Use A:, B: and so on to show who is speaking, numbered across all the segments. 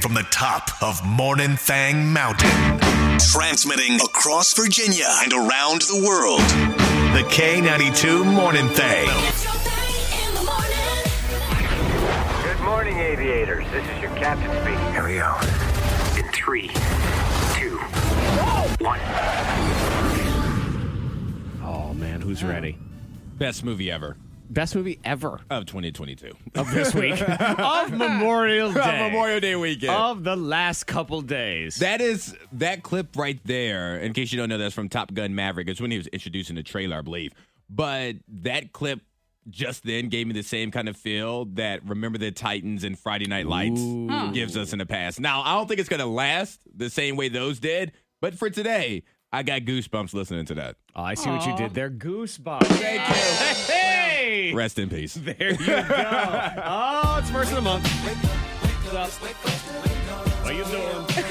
A: from the top of Morning Thang Mountain, transmitting across Virginia and around the world. The K92 Morning Thang.
B: It's your thing in the morning.
C: Good morning, aviators. This is your captain speaking. Here we go. In three, two, one.
D: Oh man, who's ready?
E: Best movie ever
D: Best movie ever
E: of 2022.
D: of this week of Memorial Day
E: Memorial Day weekend.
D: of the last couple days.
E: that is that clip right there. In case you don't know, that's from Top Gun Maverick. It's when he was introducing the trailer, I believe. But that clip just then gave me the same kind of feel that Remember the Titans and Friday Night Lights gives us in the past. Now, I don't think it's going to last the same way those did, but for today, I got goosebumps listening to that.
D: Oh, I see what you did there, goosebumps. Thank you. Hey,
E: Rest in peace.
D: there you go. oh, it's first of the month. What you doing?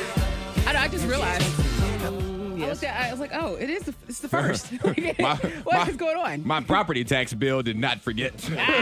F: I, know, I just realized.
E: Mm,
F: I, looked at, I was like, oh, it is the, it's the first. What is
E: My- my-
F: going on?
E: My property tax bill did not forget.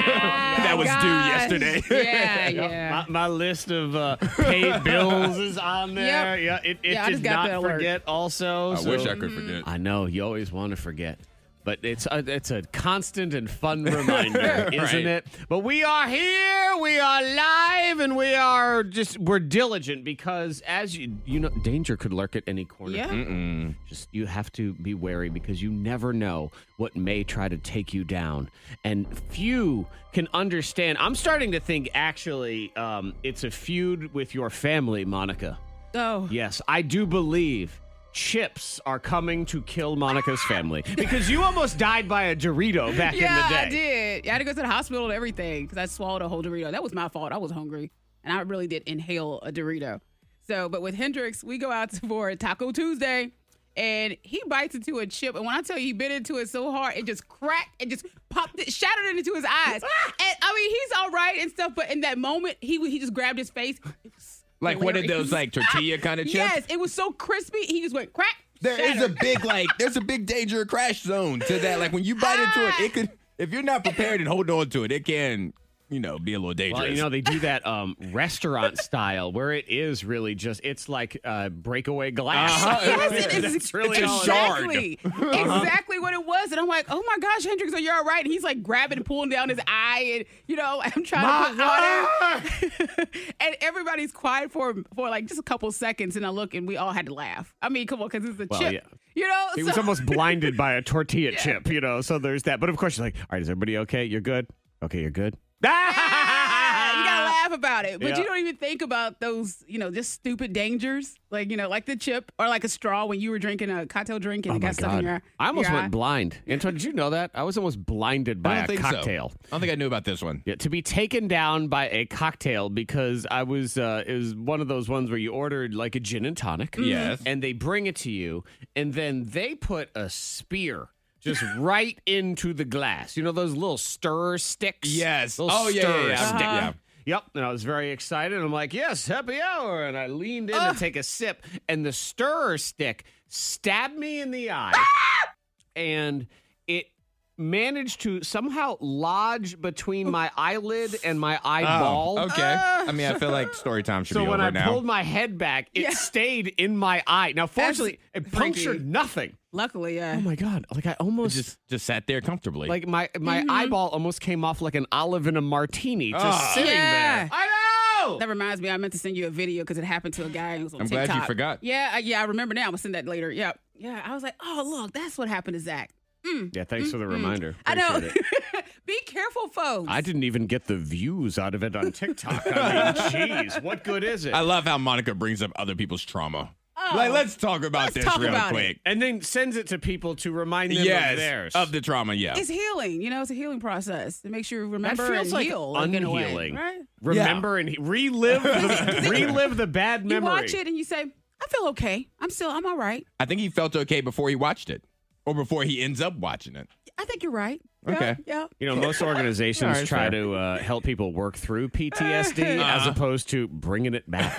F: that
E: was due yesterday.
F: Yeah, yeah.
D: My, my list of uh, paid bills is on there.
F: Yep.
D: Yeah, it, it
F: Yeah, I
D: did
F: just got
D: not
F: that alert.
D: forget. Also,
E: I
D: so-
E: wish I could forget.
D: I know you always want to forget, but it's a, it's a constant and fun reminder, isn't
E: Right.
D: it? But we are here, we are live, and we are just we're diligent because as you you know, danger could lurk at any corner.
F: Yeah.
D: Just you have to be wary because you never know what may try to take you down, and few can understand. I'm starting to think actually, um, it's a feud with your family, Monica.
F: Oh,
D: Yes, I do believe chips are coming to kill Monica's family because you almost died by a Dorito back
F: yeah, I
D: in the day.
F: did. I had to go to the hospital and everything because I swallowed a whole Dorito. That was my fault. I was hungry and I really did inhale a Dorito. So, but with Hendrix, we go out for Taco Tuesday and he bites into a chip. And when I tell you, he bit into it so hard, it just cracked and just popped it, shattered it into his eyes. and I mean, he's all right and stuff, but in that moment, he he just grabbed his face. It was
E: Like one of those
F: hilarious.
E: like tortilla kind of chips.
F: Yes, it was so crispy. He just went crack.
E: There is a
F: shattered.
E: big like there's a big danger crash zone to that. Like when you bite into it, it could if you're not prepared and hold on to it, it can, you know, be a little dangerous.
D: Well, you know they do that um, restaurant style where it is really just it's like uh, breakaway glass.
E: Uh-huh.
F: Yes, it is.
D: That's really
E: it's a
D: all it is.
E: shard.
F: exactly, exactly what it was. And I'm like, oh my gosh, Hendrix, are you all right? And he's like grabbing and pulling down his eye, and you know, I'm trying to put water. and everybody's quiet for for like just a couple seconds, and I look, and we all had to laugh. I mean, come on, because it's a
D: Well,
F: chip,
D: yeah.
F: you know.
D: He
F: so-
D: was almost blinded by a tortilla chip, you know. So there's that. But of course, you're like, all right, is everybody okay? You're good. Okay, you're good.
F: you gotta laugh about it, but
D: ah! Yeah.
F: you don't even think about those, you know, just stupid dangers, like you know, like the chip or like a straw when you were drinking a cocktail drink and it
D: Oh my
F: got stuck in your.
D: I almost
F: your
D: went
F: eye.
D: blind. Antoine, did you know that? I was almost blinded
E: I
D: by
E: don't
D: a
E: think so.
D: cocktail.
E: I don't think I knew about this one.
D: Yeah, to be taken down by a cocktail because I was uh, it was one of those ones where you ordered like a gin and tonic.
E: Mm-hmm. Yes.
D: And they bring it to you, and then they put a spear just right into the glass. You know those little stir sticks.
E: Yes.
D: Those
E: Oh, yeah, yeah,
D: stir
E: yeah.
D: sticks.
E: Uh-huh. Yeah.
D: Yep, and I was very excited. I'm like, yes, happy hour. And I leaned in to take a sip, and the stirrer stick stabbed me in the eye and it managed to somehow lodge between my eyelid and my eyeball.
E: Oh, okay. I mean, I feel like story time should
D: Ah. So
E: be
D: when
E: over
D: I
E: now.
D: pulled my head back, it
F: Yeah.
D: stayed in my eye. Now, fortunately, it punctured
F: freaky.
D: nothing.
F: Luckily, yeah.
D: Oh my god! Like I almost
E: just just sat there comfortably.
D: like my my
F: Mm-hmm.
D: eyeball almost came off like an olive in a martini, just
E: Ah.
D: sitting
F: Yeah.
D: there. I know.
F: That reminds me, I meant to send you a video because it happened to a guy. Who was on
E: I'm glad you
F: TikTok.
E: forgot.
F: Yeah, I- yeah, I remember now. I'm gonna send that later. Yeah, yeah. I was like, oh look, that's what happened to Zach. Mm.
D: Yeah, thanks for the reminder.
F: I know.
D: Appreciate it.
F: Be careful, folks.
D: I didn't even get the views out of it on TikTok. I mean, jeez, what good is it?
E: I love how Monica brings up other people's trauma.
F: Oh,
D: Oh.
E: Like let's talk about
F: Let's
E: this
F: talk
E: real
F: about it.
E: quick.
D: and then sends it to people to remind them of
E: Yes.
D: theirs.
E: Of the trauma, yeah.
F: It's healing. You know, it's a healing process. It makes you
D: that
F: remember
D: feels
F: and
D: like
F: heal. like, in a way,
D: unhealing.
F: right?
D: Remember and he- relive, the, relive the bad
F: You
D: memory.
F: watch it and you say, I feel okay. I'm still, I'm all right.
E: I think he felt okay before he watched it. Or before he ends up watching it.
F: I think you're right. Yeah,
E: Okay.
F: Yeah.
D: You know, most
E: All
D: organizations
E: right,
D: try
E: fair.
D: to uh, help people work through PTSD as opposed to bringing it back.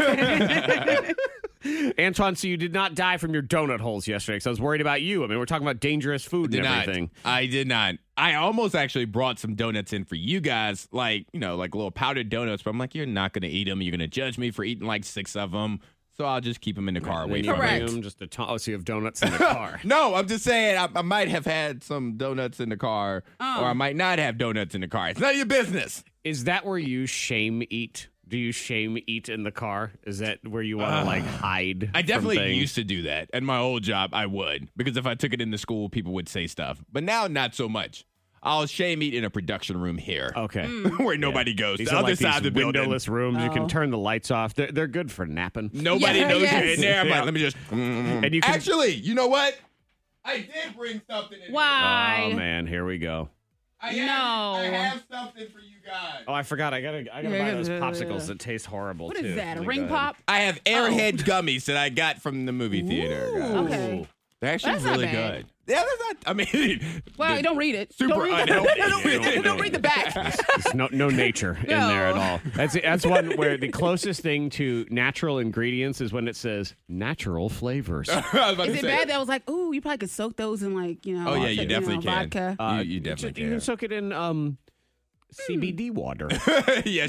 D: Antoine, so you did not die from your donut holes yesterday because I was worried about you. I mean, we're talking about dangerous food
E: did
D: and
E: not.
D: everything.
E: I did not. I almost actually brought some donuts in for you guys, like you know, like little powdered donuts. But I'm like, you're not gonna eat them. You're gonna judge me for eating like six of them. So I'll just keep them in the car away
D: And then
E: from
D: you
F: Correct.
E: me.
D: bring 'em Just a ton- oh, so you have donuts in the car.
E: No, I'm just saying I, I might have had some donuts in the car, or I might not have donuts in the car. It's none of your business.
D: Is that where you shame eat? Do you shame eat in the car? Is that where you want to like hide?
E: I
D: from
E: definitely
D: things?
E: used to do that at my old job. I would because if I took it into school, people would say stuff. But now, not so much. I'll shame eat in a production room here,
D: Okay.
F: Hmm.
E: where nobody goes.
D: These
E: the
D: are
E: other
D: like
E: side of the
D: these
E: building.
D: windowless rooms. You
F: Oh.
D: can turn the lights off. They're, they're good for napping.
E: Nobody
F: Yeah,
E: knows you're
F: yes.
E: in there. I'm
D: Yeah.
E: like, let me just.
D: And you can.
E: Actually, you know what? I did bring something in. here.
F: Why?
D: oh man, here we go.
E: I
F: No.
E: Have, I have something for you guys.
D: Oh, I forgot. I gotta. I gotta
F: Yeah,
D: buy those
F: yeah, yeah, yeah.
D: popsicles that taste horrible.
F: What
D: too.
F: is that? A
D: Like
F: ring pop?
E: I have Airhead gummies that I got from the movie theater. guys.
F: Oh. Okay.
E: They're actually
F: That's not
E: really
F: bad.
E: good. Yeah, that's not. I mean,
F: Well,
E: the-
F: don't read it.
E: super
F: don't read the-
E: unhealthy.
F: don't read the-
E: Yeah,
F: don't read the back.
D: There's no no nature in
F: No.
D: there at all. That's that's one where the closest thing to natural ingredients is when it says natural flavors.
E: I was about
F: Is
E: to
F: it
E: say.
F: bad that I was like, ooh, you probably could soak those in like, you know,
E: Oh yeah,
F: you
E: you definitely
F: know,
E: can. Uh,
F: vodka.
E: You- you,
D: Ju-
E: definitely
D: You can
E: can.
D: soak it in um, CBD water.
E: yes,
F: That's-
E: you
F: yeah,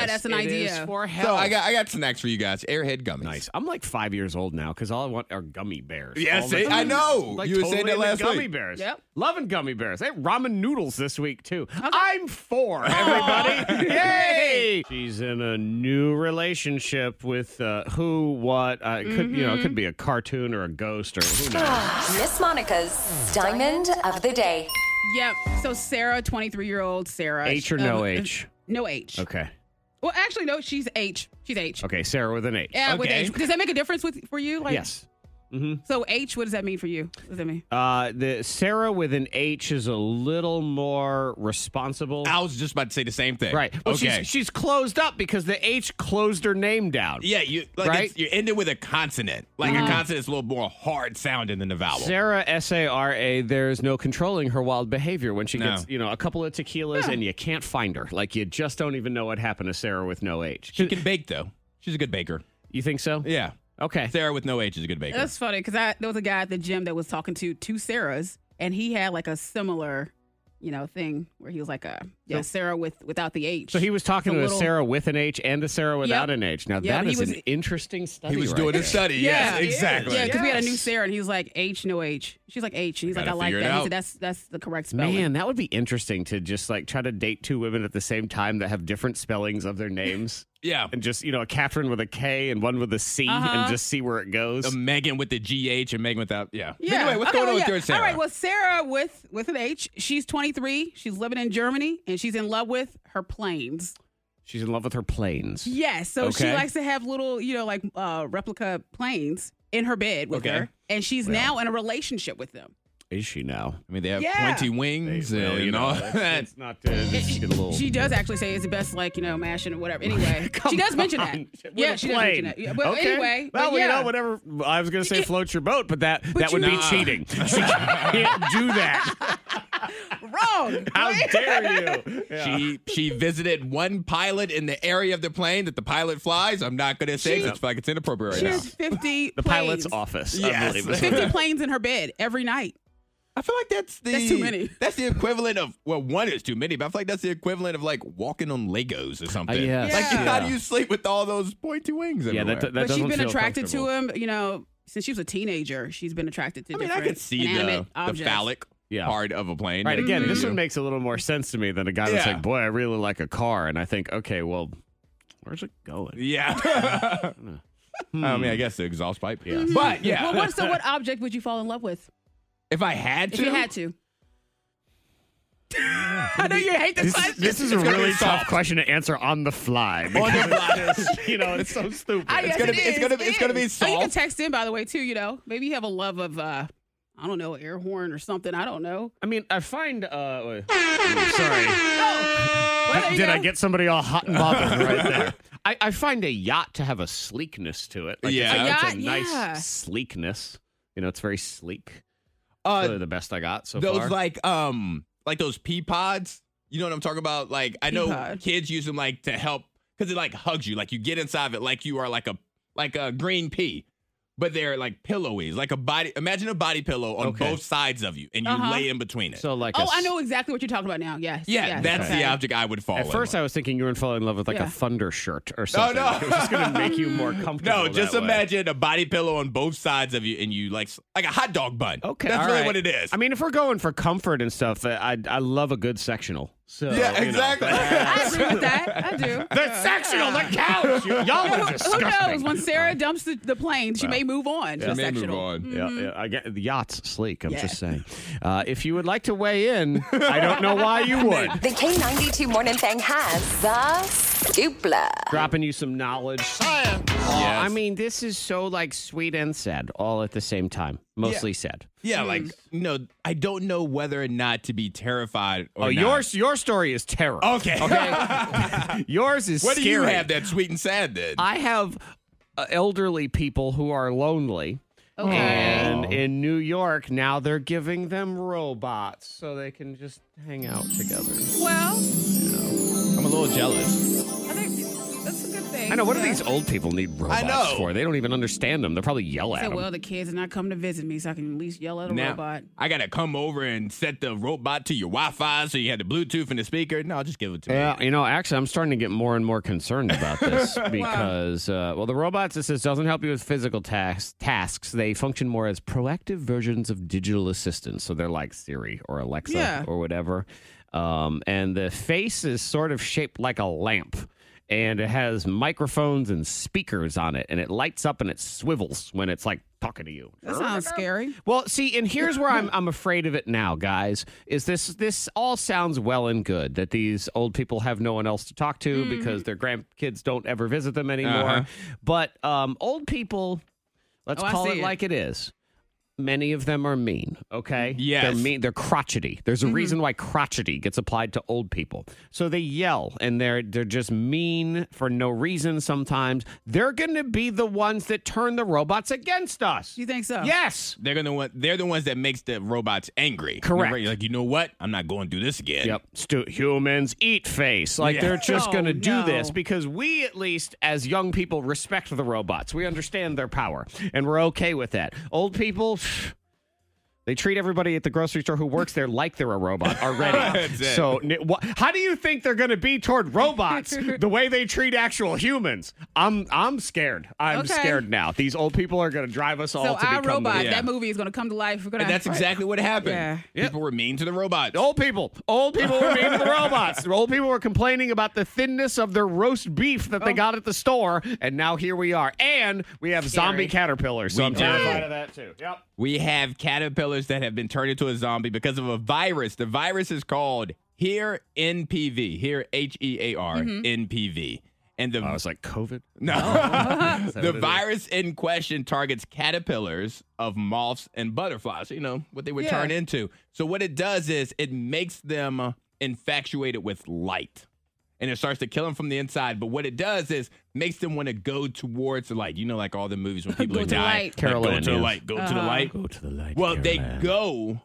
E: can.
F: that's an
D: It
F: idea.
D: is for health.
E: so I got I got snacks for you guys. Airhead gummies.
D: nice. I'm like five years old now because all I want are gummy bears.
E: Yes,
D: All the
E: see? I
D: time.
E: know.
D: Like,
E: you were
D: totally
E: saying that
D: into
E: last
D: gummy
E: week.
D: bears.
F: Yep.
D: Loving gummy bears. They had ramen noodles this week too. I'm four.
F: Oh.
D: Everybody, yay! She's in a new relationship with uh, who, what? Uh, it could you know? It
F: Mm-hmm.
D: could be a cartoon or a ghost or who knows.
G: Miss Monica's Diamond of the Day.
F: Yep. So Sarah, 23 year old Sarah.
D: H or no
F: um,
D: H?
F: No H.
D: Okay.
F: Well, actually, no, she's H. She's H.
D: Okay. Sarah with an H.
F: Yeah, with
E: Okay.
F: H. Does that make a difference with for you? Like,
D: Yes.
F: So H, what does that mean for you? What does that mean?
D: Uh, the Sarah with an H is a little more responsible.
E: I was just about to say the same thing.
D: Right. Well,
E: okay.
D: she's she's closed up because the H closed her name down.
E: yeah, you like
D: Right? Mm.
E: it's, you're ending with a consonant. Like a consonant's a little more hard sounding than the vowel.
D: Sarah S A R A. There's no controlling her wild behavior when she
E: No.
D: gets you know a couple of tequilas and you can't find her. Like you just don't even know what happened to Sarah with no H.
E: She can bake though. She's a good baker.
D: You think so?
E: Yeah.
D: Okay.
E: Sarah with no H is a good baker.
F: That's funny because I there was a guy at the gym that was talking to two Sarahs, and he had like a similar, you know, thing where he was like a yeah Sarah with without the H.
D: So he was talking
F: It's
D: to
F: a
D: a
F: little-
D: Sarah with an H and a Sarah without
F: Yep.
D: an H. Now that
F: Yeah, but he
D: is
F: was-
D: an interesting study.
E: he was
D: right
E: doing
D: there.
E: a study.
F: Yeah.
E: Yes, exactly.
F: Yeah, because we had a new
D: Yes.
F: Sarah, and he was like H, no H. She's like H, and he's like, I
E: Gotta
F: like
E: figure it
F: that. He
E: out.
F: said, that's that's the correct spelling.
D: Man, that would be interesting to just like try to date two women at the same time that have different spellings of their names.
E: Yeah.
D: and just you know a Catherine with a K and one with a C
E: Uh-huh.
D: and just see where it goes.
E: The Megan with the GH and Megan without. Yeah. But
F: Yeah.
E: Anyway, what's
F: Okay,
E: going on
F: well,
E: with
F: yeah.
E: your Sarah?
F: All right. Well, Sarah with with an H. She's 23. She's living in Germany, and she's in love with her planes.
D: She's in love with her planes.
F: Yes. So she
D: Okay.
F: likes to have little, you know, like uh, replica planes in her bed with
E: Okay.
F: her, and she's now in a relationship with them.
D: Is she now?
E: I mean, they have
F: Yeah.
E: pointy wings
D: Well,
E: and
D: you know,
E: all
D: that's-
E: that.
D: that's not. Uh, just get a little.
F: She does actually say it's the best, like you know, mashing or whatever. Anyway, she
D: Come
F: does mention that.
D: on. With
F: yeah,
D: a
F: she does mention
D: plane.
F: that. Yeah, but
D: okay.
F: anyway,
D: well,
F: but yeah.
D: you know, whatever. I was gonna say float your boat, but that that
F: you
D: would be
E: know-
D: cheating. She can't do that.
F: Wrong.
D: How
F: right?
D: dare you?
E: She she visited one pilot in the area of the plane that the pilot flies. I'm not going to say
F: She-
E: because I feel like it's inappropriate
F: She
E: right now.
F: has 50
D: The
F: planes,
D: pilot's office. I
E: Yes.
D: believe. is what-
F: 50 planes in her bed every night.
E: I feel like that's the
F: That's too many.
E: That's the equivalent of well, one is too many, but I feel like that's the equivalent of like walking on Legos or something.
D: Uh, yes.
E: Like
F: Yeah.
E: how do you sleep with all those pointy wings?
D: Yeah, that,
E: everywhere?
D: that
F: but she's
D: doesn't
F: been
D: feel
F: attracted to
D: comfortable.
F: him, you know, since she was a teenager. She's been attracted to.
E: I mean, I
F: different
E: could see the,
F: inanimate
E: the
F: objects.
E: phallic
D: Yeah.
E: part of a plane. Mm-hmm.
D: Right.
E: that
D: Again,
E: could
D: this
E: do.
D: one makes a little more sense to me than a guy that's
E: Yeah.
D: like, "Boy, I really like a car," and I think, "Okay, well, where's it going?"
E: Yeah.
D: Hmm.
E: I mean, I guess the exhaust pipe. Yeah. But yeah,
F: Mm-hmm. Hmm. Well, what, so what object would you fall in love with
E: if I had
F: if
E: to,
F: you had to? I know you hate this,
D: This,
F: question.
D: this is a
E: gonna be
D: really tough
E: soft.
D: question to answer on the fly. because it is, you know, it's so stupid.
F: I, yes,
E: gonna
F: it
E: be- it's
F: is,
E: gonna be-
F: it
E: it's gonna be
F: is. Oh, you can
E: soft.
F: text in, by the way, too. You know, maybe you have a love of, uh, I don't know, air horn or something. I don't know.
D: I mean, I find. Uh, sorry.
F: Well, there you
D: Did I
F: go.
D: get somebody all hot and bothered right there? I, I find a yacht to have a sleekness to it. Like,
E: Yeah.
D: it's,
E: A
D: it's
F: yacht,
D: nice
F: yeah.
D: sleekness. You know, it's very sleek.
E: uh,
D: Probably the best I got so
E: those
D: far.
E: like um like those pea pods. You know what I'm talking about? Like I know
F: pod.
E: kids use them like to help because it like hugs you. Like you get inside of it like you are like a like a green pea. but they're like pillowies, like a body. Imagine a body pillow on
D: Okay.
E: both sides of you, and you
F: Uh-huh.
E: lay in between it.
D: So like, a
F: Oh,
D: s-
F: I know exactly what you're talking about now. Yes.
E: yeah,
F: yes,
E: that's
F: okay.
E: the object I would fall.
D: At
E: in
D: first,
E: love.
D: I was thinking you were in falling in love with like
F: Yeah.
D: a thunder shirt or something.
E: no.
D: It was just going to make you more comfortable.
E: No, just
D: that way.
E: imagine a body pillow on both sides of you, and you like like a hot dog bun.
D: Okay,
E: that's
D: all
E: really
D: right.
E: what it is.
D: I mean, if we're going for comfort and stuff, I I love a good sectional. So
E: yeah, exactly.
F: I agree with that. I do.
D: the sectional, the couch. You- Y'all
F: Who,
D: are
F: who
D: disgusting.
F: knows? When Sarah dumps the, the plane, she may move on. to a
E: may move
F: sectional.
E: on.
D: Yeah, yeah, I get the yacht's sleek. I'm
F: Yeah.
D: just saying. Uh, if you would like to weigh in, I don't know why you would.
G: The K92 Morning Thing has the scoopla.
D: Dropping you some knowledge. Science. I mean, this is so like sweet and sad all at the same time. Mostly sad.
F: Hmm.
E: Yeah, like you know, I don't know whether or not to be terrified. Or
D: Oh,
E: not.
D: yours your story is terror.
E: Okay.
D: Yours is
E: what do you
D: scary.
E: have that sweet and sad then?
D: I have uh, elderly people who are lonely.
F: Okay.
D: And in New York, now they're giving them robots so they can just hang out together.
F: Well,
E: I'm a little jealous.
F: I think that's a good thing.
D: I know. What do
F: Yeah.
D: these old people need robots
E: know.
D: for? They don't even understand them. They'll probably yell at
F: Say,
D: them.
F: well, the kids are not coming to visit me, so I can at least yell at a
E: Now,
F: robot.
E: I gotta come over and set the robot to your Wi-Fi so you had the Bluetooth and the speaker. No, just give it to me.
D: Yeah, you know, actually, I'm starting to get more and more concerned about this because, uh, well, the robots, it says, doesn't help you with physical tas- tasks. They function more as proactive versions of digital assistants. So they're like Siri or Alexa
F: Yeah.
D: or whatever. Um, and the face is sort of shaped like a lamp. And it has microphones and speakers on it, and it lights up and it swivels when it's like talking to you.
F: That sounds scary.
D: Well, see, and here's where I'm I'm afraid of it now, guys. Is this this all sounds well and good that these old people have no one else to talk
F: Mm-hmm.
D: to because their grandkids don't ever visit them anymore.
E: Uh-huh.
D: But um, old people, let's
F: Oh, I
D: call
F: see
D: it
F: it.
D: like it is. Many of them are mean, okay?
F: Mm-hmm.
E: Yes.
D: They're mean, they're crotchety. There's a reason why crotchety gets applied to old people. So they yell and they're they're just mean for no reason sometimes. They're going to be the ones that turn the robots against us.
F: You think so?
D: Yes.
E: They're gonna want. They're the ones that makes the robots angry.
D: Correct.
E: You're like you know what? I'm not going to do this again.
D: Yep. Stu- humans eat face. Like
E: Yeah.
D: they're just
F: Oh,
D: going to do
F: no.
D: this because we, at least as young people, respect the robots. We understand their power and we're okay with that. Old people. They treat everybody at the grocery store who works there like they're a robot already.
E: That's it.
D: so, n- wha- how do you think they're going to be toward robots the way they treat actual humans? I'm I'm scared. I'm
F: Okay.
D: scared now. These old people are going to drive us all
F: So
D: to
F: our
D: become the-
F: robot,
E: Yeah.
F: that movie is going to come to life. We're gonna
E: And that's
F: right.
E: exactly what happened.
F: Yeah.
E: People were mean to the robots.
D: Old people. Old people were mean to the robots. Old people were complaining about the thinness of their roast beef that they got at the store, and now here we are. And we have zombie caterpillars. So
E: We
D: I'm
E: do.
D: terrified of that too. Yep.
E: We have caterpillars that have been turned into a zombie because of a virus. The virus is called here NPV. Here H E A R NPV. And the
D: like COVID.
E: no, the virus in question targets caterpillars of moths and butterflies. You know what they would
F: Yeah.
E: turn into. So what it does is it makes them infatuated with light, and it starts to kill them from the inside. But what it does is makes them want to go towards the light. You know, like all the movies when people
F: Go
E: are
F: to
E: dying,
F: light. Uh-huh.
E: like, go
D: Caroline,
E: to the
D: yes.
E: light, go to the light.
D: Go to the light.
E: Well, they go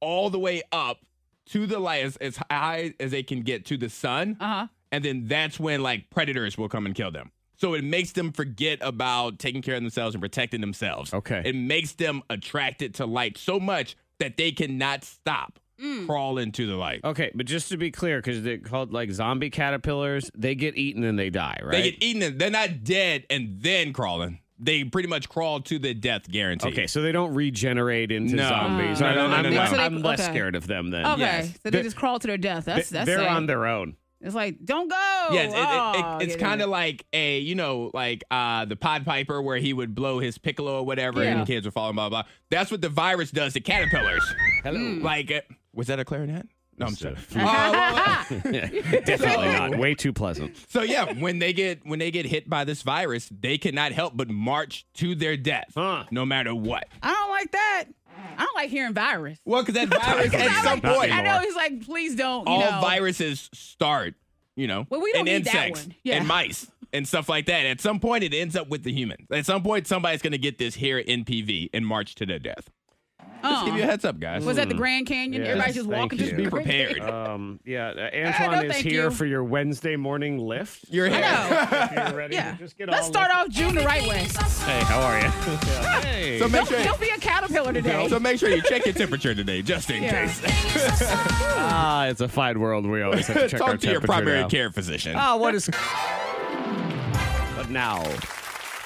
E: all the way up to the light as, as high as they can get to the sun.
F: Uh-huh.
E: And then that's when like predators will come and kill them. So it makes them forget about taking care of themselves and protecting themselves.
D: Okay.
E: It makes them attracted to light so much that they cannot stop crawling to the light.
D: Okay, but just to be clear, because they're called like zombie caterpillars, they get eaten and they die, right?
E: They get eaten. and They're not dead and then crawling. They pretty much crawl to the death guarantee.
D: Okay, so they don't regenerate into
E: No.
D: zombies.
E: No, no,
D: I don't-
E: no,
D: I'm,
E: no, no.
D: less,
F: So they-
D: I'm less
F: okay.
D: scared of them then.
F: Okay,
E: Yes.
F: so they
D: They're-
F: just crawl to their death. That's that's
D: They're
F: sad.
D: on their own.
F: It's like don't go.
E: Yes, it- it- it-
F: Oh,
E: it's
F: yeah,
E: kind of like a you know like uh the Pod Piper where he would blow his piccolo or whatever, and
F: Yeah.
E: the kids would fall and blah blah. blah. That's what the virus does to caterpillars. Hello,
F: Hmm.
E: like uh, was that a clarinet? No, I'm sorry. Uh, well,
D: Definitely not. Way too pleasant.
E: so yeah, when they get when they get hit by this virus, they cannot help but march to their death,
D: Huh.
E: no matter what.
F: I don't like that. I don't like hearing virus.
E: Well, because that virus at some
D: Not
E: point,
F: I know he's like, please don't. you
E: all
F: know.
E: viruses start, you know,
F: Well, we
E: and
F: don't need that
E: insects
F: one. Yeah.
E: and mice and stuff like that. At some point, it ends up with the humans. At some point, somebody's going to get this here NPV and march to their death. Just give you a heads up, guys.
F: Was at the Grand Canyon.
D: Hmm. Yes,
F: Everybody's just
D: thank
F: walking.
D: you.
E: Just be
F: through the Grand Canyon.
E: prepared.
D: Um, yeah, uh, Antoine is
F: thank
D: here
F: you.
D: for your Wednesday morning lift.
E: You're
F: I
E: here.
F: know.
D: If you're ready
F: Yeah.
D: to just get
F: Let's
D: all
F: start off June the right way.
D: Hey, how are you? Yeah. Hey.
E: So make
F: Don't,
E: sure.
F: don't be a caterpillar today.
E: So make sure you check your temperature today, just in
F: Yeah.
E: case.
D: Ah, it's a fine world. We always have to check our
E: Talk to your
D: temperature
E: primary
D: now.
E: care physician.
F: Oh.
D: Ah, what is? but now,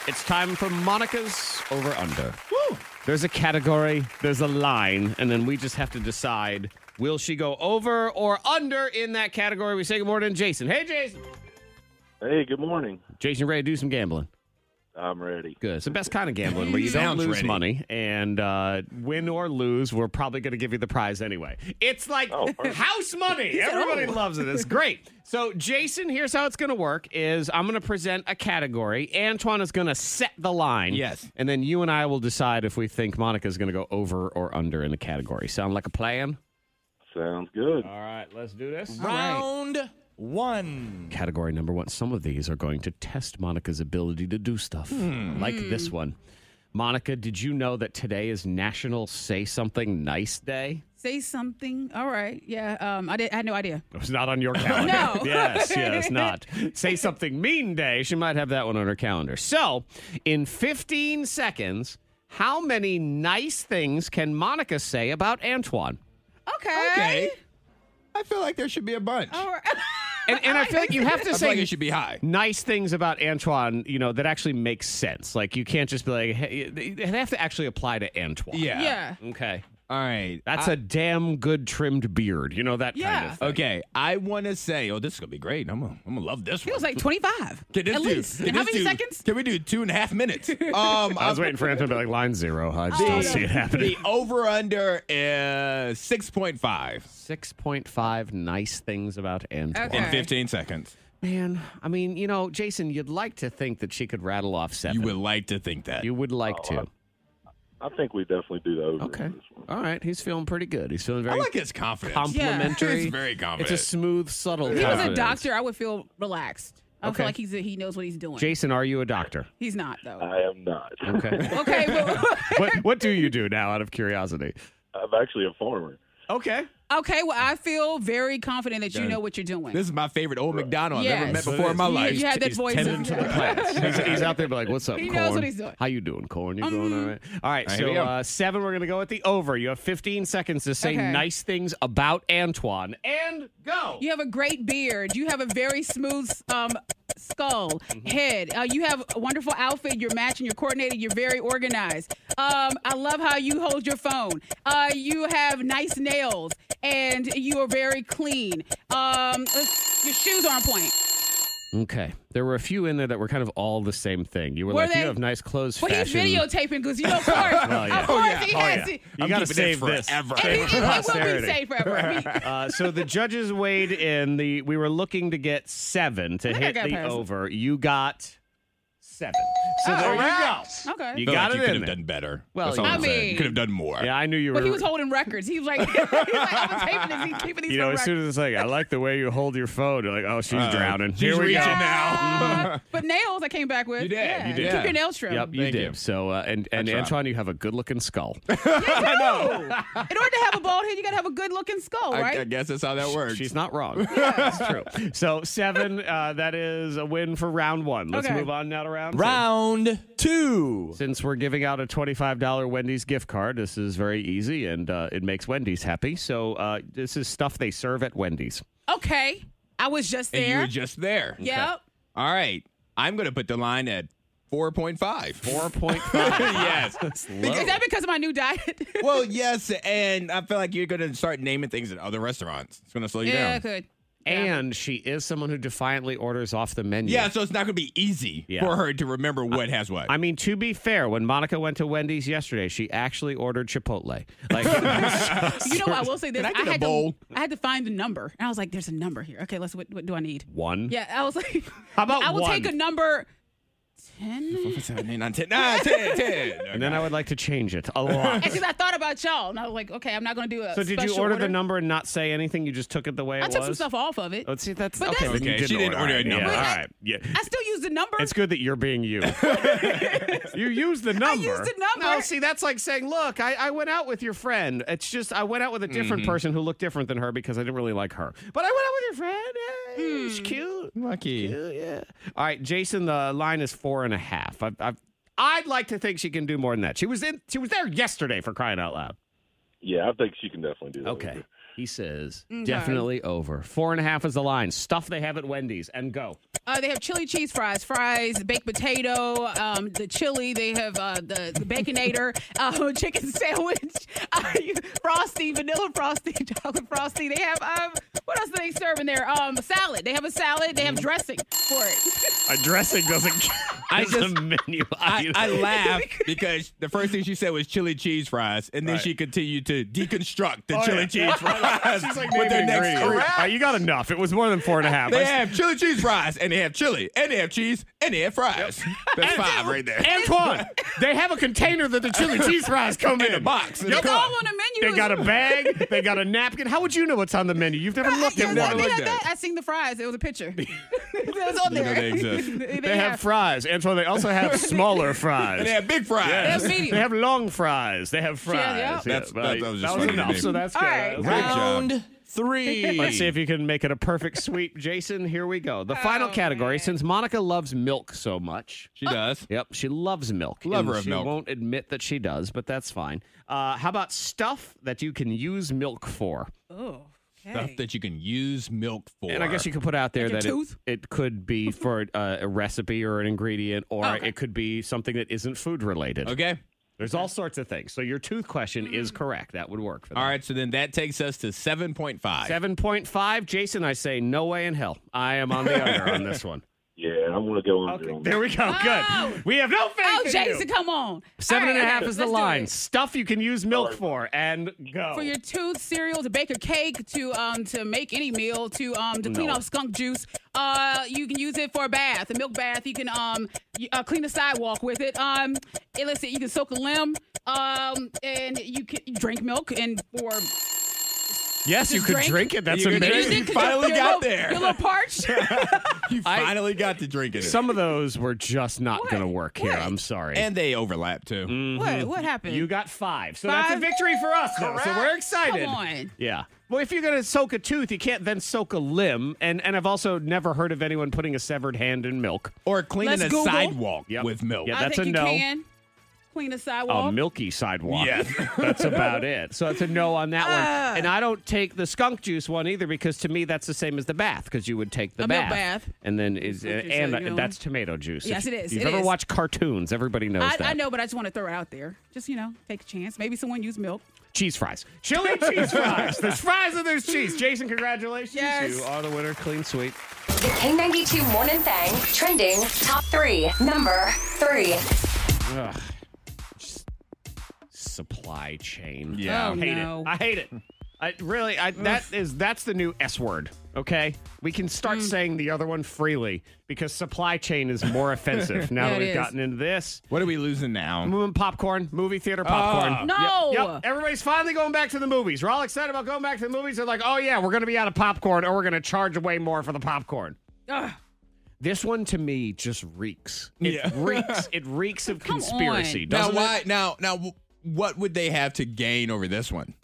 D: it's time for Monica's over under. Woo! There's a category, there's a line, and then we just have to decide: will she go over or under in that category? We say good morning, Jason. Hey, Jason.
H: Hey, good morning.
D: Jason, ready to do some gambling?
H: I'm ready.
D: Good. It's the best kind of gambling where you
E: Sounds
D: don't lose
E: ready.
D: money and uh, win or lose, we're probably going to give you the prize anyway. It's like
H: Oh, perfect.
D: house money. Everybody loves it. It's great. So, Jason, here's how it's going to work: is I'm going to present a category. Antoine is going to set the line.
E: Yes.
D: And then you and I will decide if we think Monica's going to go over or under in the category. Sound like a plan?
H: Sounds good.
D: All right. Let's do this.
I: Round one.
D: Category number one. Some of these are going to test Monica's ability to do stuff,
E: Hmm.
D: like this one. Monica, did you know that today is National Say Something Nice Day?
F: Say something. All right. Yeah. Um. I did. I had no idea.
D: It was not on your calendar.
F: No.
D: Yes, yes, not. Say Something Mean Day. She might have that one on her calendar. So, in 15 seconds, how many nice things can Monica say about Antoine?
F: Okay.
E: Okay. I feel like there should be a bunch.
F: All right.
D: And, and I feel like you have
E: I
D: to
E: feel
D: say
E: like it should be high.
D: nice things about Antoine, you know, that actually makes sense. Like you can't just be like, hey, they they have to actually apply to Antoine.
E: Yeah.
F: yeah.
D: Okay.
E: All right.
D: That's
E: I-
D: a damn good trimmed beard. You know that kind
F: Yeah.
D: of thing.
E: Okay, I want to say, oh, this is gonna be great. I'm gonna, I'm gonna love this one.
F: It was like 25.
E: Can this
F: at
E: do-
F: least.
E: can
F: How
E: this
F: many
E: do-
F: seconds?
E: Can we do two and a half minutes? um,
D: I was waiting for Antoine to be like line zero.
E: Oh,
D: I just don't see it happening.
E: the over under is six point five
D: Six point five nice things about Antoine.
F: Okay.
E: in fifteen seconds.
D: Man, I mean, you know, Jason, you'd like to think that she could rattle off seven.
E: You Oh, would like to think that.
D: You would like to.
H: I think we definitely do the over. on
D: Okay.
H: This one.
D: All right. He's feeling pretty good. He's feeling
E: I
D: very
E: like his confidence.
D: complimentary.
E: He's very confident.
D: It's a smooth, subtle.
F: If he was a
D: confidence.
F: doctor, I would feel relaxed. I would
D: Okay.
F: feel like he's a, he knows what he's doing.
D: Jason, are you a doctor?
F: He's not
D: Uh.
F: though.
H: I am not.
D: Okay.
F: Okay, well,
D: what what do you do now out of curiosity?
H: I'm actually a farmer.
D: Okay.
F: okay, well, I feel very confident that you know what you're doing.
E: this is my favorite old McDonald I've ever
F: Yes.
E: met before in my
F: You-
E: life.
F: you had that
E: He's
F: voice
E: tending
F: of-
E: to the plants.
D: He's, he's out there be like, what's up,
F: He
D: corn?
F: knows what he's doing. Mm-hmm.
D: How you doing, corn? You doing all right? All right,
E: All right, here
D: so
E: we go.
D: uh, seven, we're going to go at the over. You have 15 seconds to say
F: Okay.
D: nice things about Antoine. And go.
F: You have a great beard. You have a very smooth um, skull, head. Uh, you have a wonderful outfit. You're matching. You're coordinated. You're very organized. Um, I love how you hold your phone. Uh, you have nice nails, and you are very clean. Um, your shoes are on point.
D: Okay. There were a few in there that were kind of all the same thing. You were,
F: Were
D: like,
F: they?
D: you have nice clothes,
F: Well, he's
D: fashion.
F: videotaping because you know, of course,
D: yeah.
F: of course,
E: yeah.
F: he
E: Oh,
F: has
D: yeah.
F: to.
D: You
E: I'm
D: got to
E: keeping it
D: save this.
E: forever.
F: And it, it- it will
D: Posterity.
F: be safe forever. I mean,
D: Uh, so the judges weighed in. The we were looking to get seven to
F: think I
D: hit
F: got
D: the
F: past it. Oh,
D: over. You got seven. So there you go.
F: Okay.
D: You
E: Felt
D: got
E: like you could
D: it in
E: have
D: there.
E: done better.
D: Well,
E: That's all
D: I
E: I'm saying. You
F: mean-
E: could have done more.
D: Yeah, I knew you were.
F: But he was holding records. He was like, he was like I'm taping this. He's keeping these
D: you know,
F: for
D: as soon as it's like, I like the way you hold your phone. You're like, oh, she's
E: Uh-oh.
D: drowning.
E: Uh-huh. She's
D: Here we
E: reaching
D: go.
E: now.
F: Uh, but nails I came back with.
E: You did,
F: Yeah.
E: you did.
F: Keep your nails trimmed.
D: Yep, you
E: Thank
D: did.
E: you.
D: So, uh, and and
E: I tried.
D: Antoine, you have a good-looking skull.
F: In order to have a bald head, you got to have a good looking skull,
E: I,
F: right?
E: I guess that's how that works.
D: She's not wrong. That's true. So seven. Uh, that is a win for round one. Let's
F: Okay.
D: move on now to round. Two.
I: Round two.
D: Since we're giving out a twenty-five dollar Wendy's gift card, this is very easy and uh, it makes Wendy's happy. So uh, this is stuff they serve at Wendy's.
F: okay. I was just
E: and
F: there.
E: you were just there.
F: Yep.
E: All right. I'm going to put the line at 4.5.
D: Four point five.
E: yes.
F: Is that because of my new diet?
E: Well, yes. And I feel like you're going to start naming things at other restaurants. It's going to slow you
F: yeah, I
E: down.
F: could.
D: And she is someone who defiantly orders off the menu.
E: Yeah, so it's not going to be easy
D: Yeah.
E: for her to remember what has what.
D: I mean, to be fair, when Monica went to Wendy's yesterday, she actually ordered Chipotle. Like,
F: You know, what? I will say this.
E: Can I get a
F: had
E: bowl?
F: to. I had to find the number, and I was like, "There's a number here." Okay, let's. What, what do I need?
D: one.
F: Yeah, I was like,
D: How about
F: I will
D: one?
F: take a number ten.
E: Seven, eight, nine, ten. Nine, ten, ten.
D: And then I would like to change it a lot.
F: Because I thought about y'all, and I was like, okay, I'm not gonna do a.
D: so, did you
F: special
D: order, the number and not say anything? You just took it the way
F: I
D: it
F: took some
D: was?
F: stuff off of it.
D: Let's see. That's
F: But
D: okay.
F: that's-
D: then you
E: Okay, she didn't order a
D: it. Yeah,
E: number.
D: all right. Yeah.
F: I still use used the number.
D: It's good that you're being you. you use the number.
F: used the number.
D: No, see, that's like saying, look, I, I went out with your friend. It's just I went out with a different
F: Mm-hmm.
D: person who looked different than her because I didn't really like her. But I went out with your friend.
F: Hmm.
D: Hey, She's cute.
E: Lucky.
D: Cute, yeah. All right, Jason, the line is four and a half. I've, I've, I'd like to think she can do more than that. She was in. She was there yesterday for crying out loud.
H: Yeah, I think she can definitely do that.
D: Okay. He says, definitely over. Four and a half is the line. Stuff they have at Wendy's and go.
F: Uh, they have chili cheese fries, fries, baked potato, um, the chili. They have uh, the, the baconator, uh, chicken sandwich, uh, frosty, vanilla frosty, chocolate frosty. They have um, what else do they serve in there? Um, salad. They have a salad. They
E: Mm-hmm.
F: have dressing for it.
D: A dressing doesn't count.
E: I
D: as
E: just-
D: a menu.
E: I,
D: item.
E: I laughed because the first thing she said was chili cheese fries, and then she continued to deconstruct the chili cheese fries
D: Oh, She's like,
E: with their
D: name the
E: next
D: ingredient.
E: correct.
D: All right, you got enough. It was more than four and a half. I
E: They
D: s-
E: have chili cheese fries, and they have chili, and they have cheese, and they have fries. That's five right there.
D: Antoine, they have a container that the chili cheese fries come in.
E: a box, in a
D: Yup.
E: cup.
F: All on the menu.
D: They
F: is-
D: got a bag. They got a napkin. How would you know what's on the menu? You've never looked
F: Yeah,
D: at
F: that-
E: I
D: one.
E: looked
F: that-
E: at
F: that-
E: it.
F: I seen the fries. It was a picture. it was on
E: You
F: there.
E: know they exist.
F: They
D: They have
F: have-
D: fries, Antoine. They also have smaller fries.
E: And they have big fries.
F: Yes. That's medium.
D: They have long fries. They have fries.
F: yeah.
E: That's-
D: but
E: that- that was just
D: that was
E: funny to
D: enough.
E: me.
D: So that's
F: All
D: good.
F: right.
D: That's
E: Great job.
I: Round three.
D: Let's see if you can make it a perfect sweep, Jason. Here we go. The final
F: Oh,
D: category.
F: man.
D: Since Monica loves milk so much,
E: She does.
D: yep, she loves milk.
E: Lover
D: and
E: of
D: she
E: milk.
D: won't admit that she does, but that's fine. Uh, how about stuff that you can use milk for?
F: Oh,
E: Stuff
F: okay.
E: that you can use milk for.
D: And I guess you could put out there
F: Like
D: that
F: your
D: it,
F: tooth?
D: it could be for uh, a recipe or an ingredient, or
F: Okay.
D: it could be something that isn't food related.
E: Okay. Mm.
D: There's all sorts of things. So your tooth question is correct. That would work for that.
E: All right. So then that takes us to 7.5.
D: Seven point five, Jason. I say no way in hell. I am on the under on this one.
H: Yeah, I'm going to go under on
D: There
H: that.
D: we go.
F: Oh!
D: Good. We have no faith.
F: Oh,
D: in
F: Jason,
D: you.
F: come on.
D: Seven
F: All
D: and a
F: right,
D: half
F: okay,
D: is the
F: let's do
D: line.
F: it.
D: Stuff you can use milk for, and go.
F: For your tooth, cereal, to bake a cake, to um to make any meal, to um to clean
D: No.
F: off skunk juice. Uh, you can use it for a bath, a milk bath. You can um you- uh, clean the sidewalk with it. Um, and let's say you can soak a limb. Um, and you can you drink milk and for
D: yes, you
F: Just
D: could drink,
F: drink-
D: it. That's
E: You could drink
D: amazing.
E: it. finally
F: your
E: got
F: little-
E: there.
F: Your little parched.
E: you finally got to drinking it.
D: Some of those were just not
F: What?
D: going to work here.
F: What?
D: I'm sorry.
E: and they overlap too.
D: Mm.
F: what what happened?
D: Mm-hmm. you got five, so that's a
F: Five?
D: victory for us. Though, so we're excited.
F: Come on.
D: Yeah. Well, if you're going to soak a tooth, you can't then soak a limb. And and I've also never heard of anyone putting a severed hand in milk.
E: Or cleaning
F: Let's
E: a
F: Google.
E: sidewalk
D: Yep.
E: with milk.
D: Yeah,
F: I
D: that's
F: think
D: a
F: you
D: no. Oh,
F: can clean the
D: a
F: sidewalk.
D: milky sidewalk.
E: Yes.
D: that's about it. So it's a no on that
F: Ah.
D: one. And I don't take the skunk juice one either because to me that's the same as the bath because you would take the
F: A milk
D: bath,
F: bath.
D: and then is
F: Skunk juice,
D: and
F: uh, you know.
D: that's tomato juice. If
F: Yes, it is.
D: You've
F: It
D: ever
F: is.
D: watched cartoons? Everybody knows
F: I,
D: that.
F: I know, but I just want to throw it out there. Just you know, take a chance. Maybe someone used milk.
D: Cheese fries, chili cheese fries. There's fries and there's cheese. Jason, congratulations.
F: Yes.
D: You are the winner. Clean sweep.
G: The K92 Morning Thang trending top three. Number three.
D: Ugh. Just Supply chain.
E: Yeah.
F: Oh,
D: hate
F: no.
D: it. I hate it. I really I that is that's the new S word. Okay? We can start
F: Mm.
D: saying the other one freely because supply chain is more offensive now
F: Yeah,
D: that
F: it
D: we've
F: is.
D: gotten into this.
E: What are we losing now?
D: Moving popcorn, movie theater popcorn.
F: Ah. No.
D: Yep, yep. Everybody's finally going back to the movies. We're all excited about going back to the movies. They're like, oh yeah, we're gonna be out of popcorn or we're gonna charge way more for the popcorn.
F: Ugh.
D: This one to me just reeks. It
E: Yeah.
D: reeks. It reeks of
F: Come on.
D: conspiracy.
E: Now
D: Doesn't
E: why now now w- what would they have to gain over this one?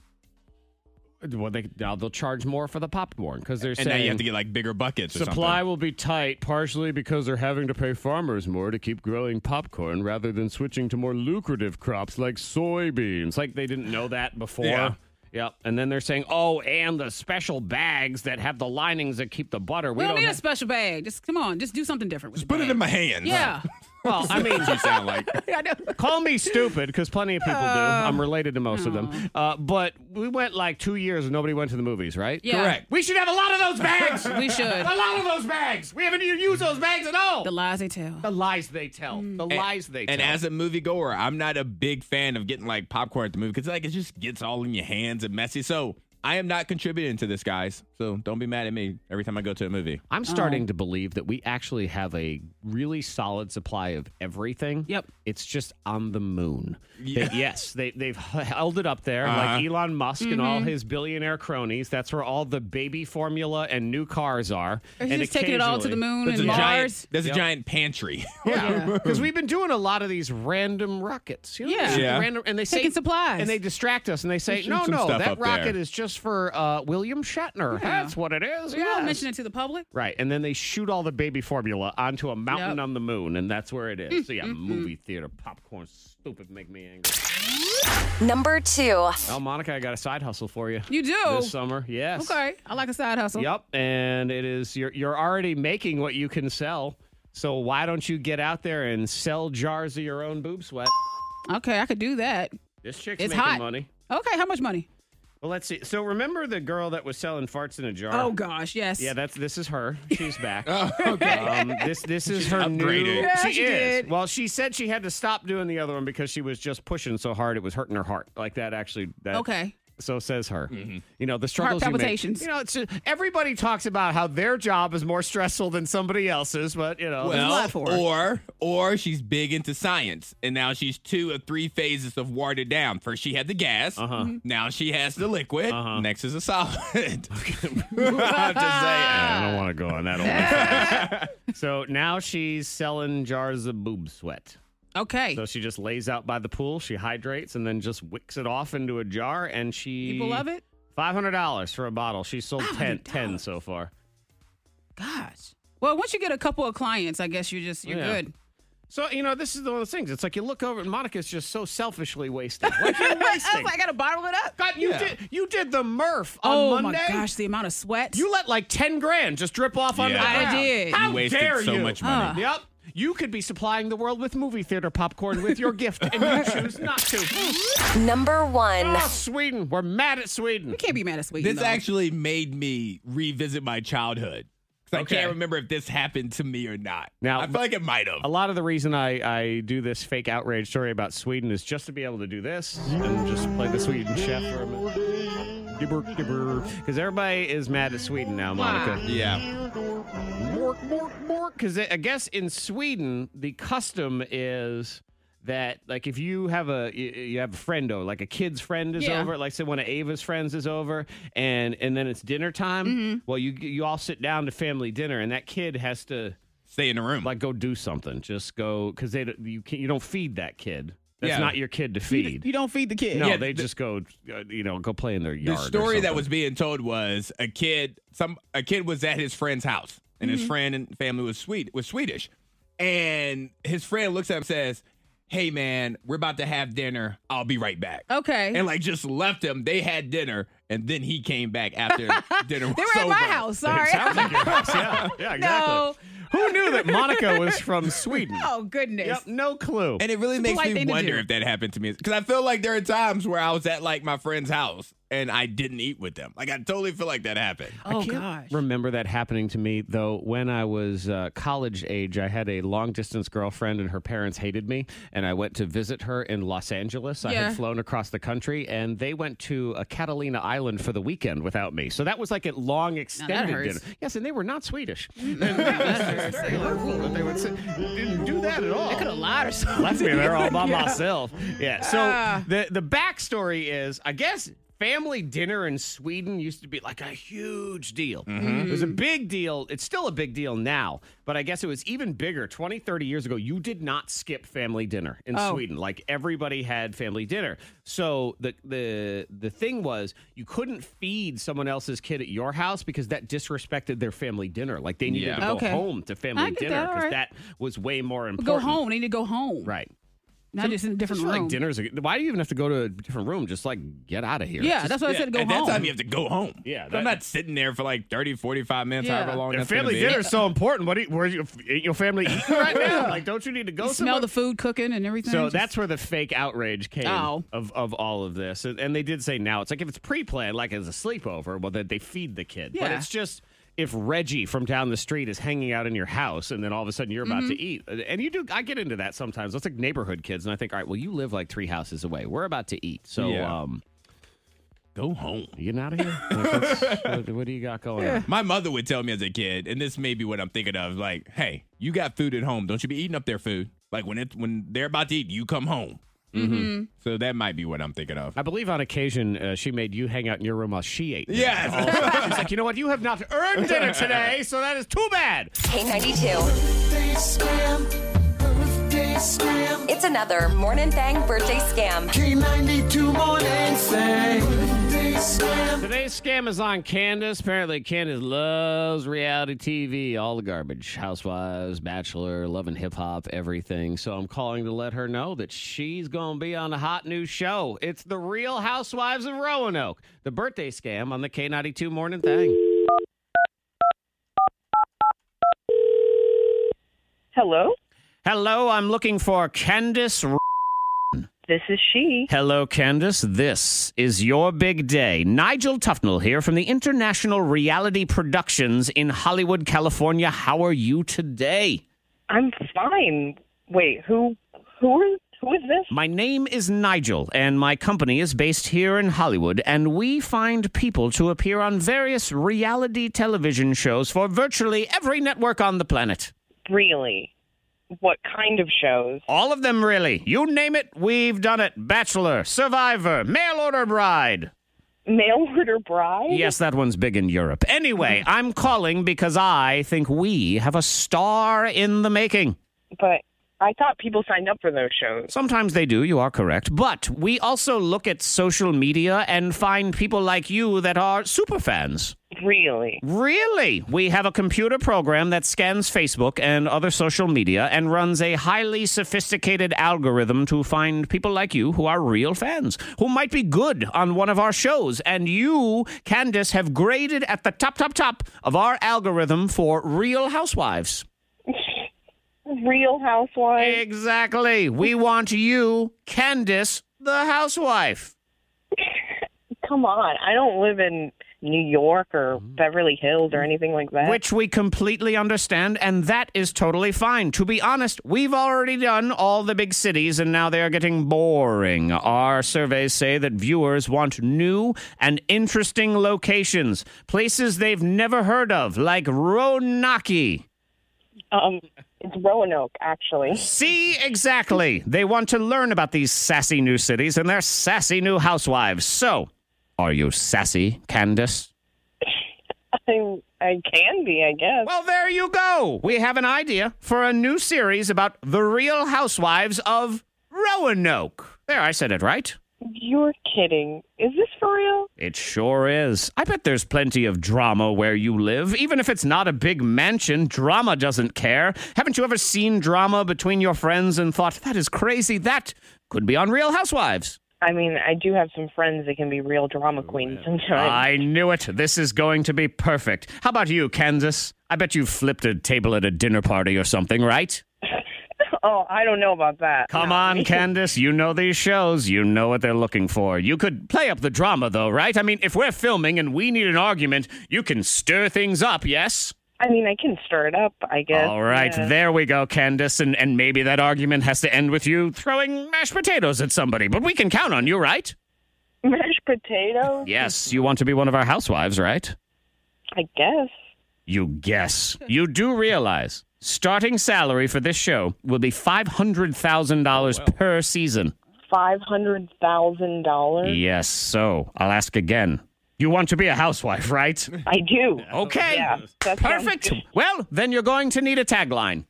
D: It? Well, they now they'll charge more for the popcorn because they're
E: And
D: saying
E: now you have to get like bigger buckets or
D: Supply
E: something.
D: will be tight, partially because they're having to pay farmers more to keep growing popcorn rather than switching to more lucrative crops like soybeans. Like they didn't know that before.
E: Yeah.
D: Yep. And then they're saying, oh, and the special bags that have the linings that keep the butter.
F: We don't need a
D: have-
F: special bag. Just come on. Just do something different. With
E: Just put it in my hands.
F: Yeah.
D: Well, I mean,
E: you sound like
F: I know.
D: call me stupid because plenty of people do.
F: Oh.
D: I'm related to most of them. Uh, but we went like two years and nobody went to the movies, right?
F: Yeah.
E: Correct.
D: We should have a lot of those bags.
F: We should.
D: A lot of those bags. We haven't even used those bags at all.
F: The
D: The,
F: lies they tell.
D: lies they tell.
F: Mm.
D: The lies they tell.
E: And as a moviegoer, I'm not a big fan of getting like popcorn at the movie because like it just gets all in your hands and messy. So I am not contributing to this, guys. So don't be mad at me every time I go to a movie.
D: I'm
F: Oh.
D: starting to believe that we actually have a really solid supply of everything.
F: Yep.
D: It's just on the moon.
E: Yeah.
D: They- yes, they, they've h- held it up there,
E: Uh-huh.
D: like Elon Musk and
F: Mm-hmm.
D: all his billionaire cronies. That's where all the baby formula and new cars are.
F: Or he's
D: and
F: just taking it all to the
D: occasionally-
F: moon
E: There's a
F: and
E: giant,
F: Mars.
E: there's
D: Yep.
E: a giant pantry.
D: Yeah, because we've been doing a lot of these random rockets. You know,
F: Yeah.
D: just
E: Yeah.
D: random, and they say
F: Taking supplies.
D: and they distract us, and they say,
E: shoot
D: "No,
E: some
D: no,
E: stuff
D: that
E: up
D: rocket
E: there."
D: is just for uh, William Shatner. That's what it is."
F: We won't
D: yes."
F: mention it to the public.
D: Right, and then they shoot all the baby formula onto a mountain
F: Yep. Mm, mm-hmm.
D: on the moon, and that's where it is. So yeah, movie theater popcorn, stupid, make me angry.
G: Number two.
D: Well, Monica, I got a side hustle for you.
F: You do?
D: this summer, yes.
F: Okay. I like a side hustle.
D: Yep, and it is you're you're already making what you can sell. So why don't you get out there and sell jars of your own boob sweat?
F: Okay, I could do that.
D: This chick's
F: It's
D: making
F: hot.
D: money.
F: Okay, how much money?
D: Well, let's see. So remember the girl that was selling farts in a jar?
F: Oh gosh, yes.
D: Yeah, that's this is her. She's back.
E: okay.
D: Um, this this is her new.
E: upgrading.
F: Yeah, she
D: is.
F: did.
D: Well, she said she had to stop doing the other one because she was just pushing so hard it was hurting her heart. Like that actually. That,
F: Okay.
D: So says her. You know the struggles. you make-
F: palpitations.
D: You, know, it's just, everybody talks about how their job is more stressful than somebody else's, but you know.
F: a
E: Well,
F: lot for her.
E: or or she's big into science, and now she's two or three phases of watered down. First, she had the gas.
F: Mm-hmm.
E: Now she has the liquid. Next is a solid. I'm just saying.
D: I don't want to go on that. one. so now she's selling jars of boob sweat.
F: Okay.
D: So she just lays out by the pool, she hydrates, and then just wicks it off into a jar, and she
F: People love it.
D: Five hundred dollars for a bottle. She's sold 10,
F: $500.
D: 10 so far.
F: Gosh. Well, once you get a couple of clients, I guess you're just you're
D: Yeah.
F: good.
D: So you know, this is one of those things. It's like you look over, and Monica's just so selfishly wasting. Like you're
F: I was
D: wasting.
F: like, oh, I gotta bottle it up.
D: God, you did you did the Murph on
F: oh
D: Monday.
F: my gosh, the amount of sweat.
D: You let like ten grand just drip off onto
E: Yeah.
D: the
E: I
D: ground.
F: did.
D: How
E: You wasted
D: dare
E: so
D: you?
E: much money.
D: Yep. You could be supplying the world with movie theater popcorn with your gift, and you choose not to.
G: Number one.
D: Oh, Sweden. We're mad at Sweden.
F: you can't be mad at Sweden.
E: This
F: though.
E: actually made me revisit my childhood. 'Cause
D: Okay.
E: I can't remember if this happened to me or not.
D: Now-
E: I feel like it might have.
D: a lot of the reason I, I do this fake outrage story about Sweden is just to be able to do this and just play the Sweden chef for a minute. Gibber, gibber. Because everybody is mad at Sweden now, Monica.
E: Yeah.
D: Mork, mork, mork. Because I guess in Sweden, the custom is that like if you have a you- you have a friendo like a kid's friend is
F: Yeah.
D: over like say one of ava's friends is over and and then it's dinner time well you you all sit down to family dinner and that kid has to
E: Stay in the room.
D: like go do something. Just go because they don't- you can not you don't feed that kid. That's
E: Yeah.
D: not your kid to feed.
F: You don't feed the kid.
D: no,
E: Yeah,
D: they
E: the-
D: just go uh, you know go play in their
E: the
D: yard. or
E: story that
D: something.
E: was being told was a kid some a kid was at his friend's house and
F: Mm-hmm.
E: his friend and family was sweet was Swedish and his friend looks at him and says hey man we're about to have dinner I'll be right back
F: Okay.
E: and like just left him they had dinner and then he came back after dinner was
F: they were at my
E: over.
F: house. Sorry.
D: sounds like your house. Yeah, yeah, exactly.
F: No.
D: Who knew that Monica was from Sweden?
F: oh goodness.
D: Yep, no clue.
E: and it really
F: It's a polite
E: makes me
F: thing to
E: wonder
F: do.
E: if that happened to me because I feel like there are times where I was at like my friend's house and I didn't eat with them like I totally feel like that happened
F: Oh
D: I can't
F: gosh.
D: remember that happening to me though when i was uh, college age i had a long distance girlfriend and her parents hated me and i went to visit her in los angeles i
F: Yeah.
D: had flown across the country and they went to a catalina island for the weekend without me so that was like a long extended dinner
F: hurts.
D: yes and they were not swedish It's very hurtful that they would say- didn't do that at all
F: I could have lied or something. Ah.
D: left me there all by myself. Yeah. So the the backstory is, I guess. Family dinner in Sweden used to be like a huge deal.
F: Mm-hmm.
D: It was a big deal. It's still a big deal now, but I guess it was even bigger 20, 30 years ago. You did not skip family dinner in
F: Oh.
D: Sweden. Like everybody had family dinner. So the the the thing was you couldn't feed someone else's kid at your house because that disrespected their family dinner. Like they needed
E: Yeah.
D: to go
F: Okay.
D: home to family
F: get
D: dinner
F: that, all
D: because
F: right.
D: that was way more
F: Go
D: important.
F: home. They need to go home.
D: Right.
F: Not just in a
D: Just
F: different
D: for,
F: room.
D: like dinners. Why do you even have to go to a different room? Just like get out of here.
F: Yeah, that's what I
E: Yeah,
F: said. Go
E: At
F: home.
E: that time, you have to go home.
D: Yeah,
E: I'm
D: that-
E: not sitting there for like 30, 45 minutes,
F: Yeah.
E: however long
D: Your
E: that's
D: family
E: gonna be.
D: dinner is so important. What? Are you, where you, ain't your family eating right now? Like, don't you need to go?
F: You smell the food cooking and everything.
D: So
F: Just-
D: that's where the fake outrage came
F: Oh.
D: of of all of this, and, and they did say now it's like if it's pre-planned, like as a sleepover, well that they feed the kid. But
F: Yeah.
D: it's just if Reggie from down the street is hanging out in your house, and then all of a sudden you're about
F: Mm-hmm.
D: to eat, uh, and you do, I get into that sometimes. That's like neighborhood kids, and I think, all right, well you live like three houses away. We're about to eat, so
E: Yeah.
D: um,
E: Go home.
D: You getting out of here? Like, what's- what, what do you got going on?
E: My mother would tell me as a kid, and this may be what I'm thinking of, like, hey, you got food at home. Don't you be eating up their food. Like when it when they're about to eat, you come home. Mm-hmm. So that might be what I'm thinking of.
D: I believe on occasion uh, she made you hang out in your room while she ate.
E: Yes.
D: She's like, you know what? You have not earned dinner today, so that is too bad.
G: K92. It's another Morning Thang birthday scam.
D: Today's scam is on Candace. Apparently, Candace loves reality TV, all the garbage, Housewives, Bachelor, loving hip hop, everything. So I'm calling to let her know that she's going to be on a hot new show. It's The Real Housewives of Roanoke, the birthday scam on the K92 Morning Thing.
J: Hello,
D: Hello, I'm looking for Candace. R-
J: this is she.
D: Hello, Candace. This is your big day. Nigel Tufnell here from the International Reality Productions in Hollywood, California. How are you today?
J: I'm fine. Wait, who, who are, who is this?
D: My name is Nigel, and my company is based here in Hollywood, and we find people to appear on various reality television shows for virtually every network on the planet.
J: Really? What kind of shows?
D: All of them, really. You name it, we've done it. Bachelor, Survivor, Mail Order Bride.
J: Mail order bride?
D: Yes, that one's big in Europe. Anyway, I'm calling because I think we have a star in the making.
J: But I thought people signed up for those shows.
D: Sometimes they do, you are correct. But we also look at social media and find people like you that are super fans.
J: Really?
D: Really? We have a computer program that scans Facebook and other social media and runs a highly sophisticated algorithm to find people like you who are real fans, who might be good on one of our shows. And you, Candace, have graded at the top, top, top of our algorithm for real housewives.
J: Real Housewives?
D: Exactly. We want you, Candace, the housewife.
J: Come on. I don't live in New York or Beverly Hills or anything like that.
D: Mm-hmm. Which we completely understand, and that is totally fine. To be honest, we've already done all the big cities, and now they are getting boring. Our surveys say that viewers want new and interesting locations, places they've never heard of, like Ronaki.
J: Um, it's Roanoke, actually.
D: See, exactly. They want to learn about these sassy new cities and their sassy new housewives. So, are you sassy, Candace?
J: I, I can be, I guess.
D: Well, there you go. We have an idea for a new series about the real housewives of Roanoke. There, I said it right.
J: You're kidding. Is this for real?
D: It sure is. I bet there's plenty of drama where you live. Even if it's not a big mansion, drama doesn't care. Haven't you ever seen drama between your friends and thought, that is crazy? That could be on Real Housewives.
J: I mean, I do have some friends that can be real drama queens sometimes.
D: Oh, I knew it. This is going to be perfect. How about you, Kansas? I bet you flipped a table at a dinner party or something, right?
J: oh, I don't know about that.
D: Come on, Candace. You know these shows. You know what they're looking for. You could play up the drama, though, right? I mean, if we're filming and we need an argument, you can stir things up, yes?
J: I mean, I can stir it up, I guess.
D: All right,
J: Yeah.
D: there we go, Candace. And, and maybe that argument has to end with you throwing mashed potatoes at somebody, but we can count on you, right?
J: Mashed potatoes?
D: Yes, you want to be one of our housewives, right?
J: I guess.
D: You guess. You do realize starting salary for this show will be $500,000
J: Oh,
D: per season.
J: $500,000?
D: Yes, so I'll ask again. You want to be a housewife, right?
J: I do.
D: Okay.
J: Yeah, that sounds
D: Perfect.
J: good.
D: Well, then you're going to need a tagline.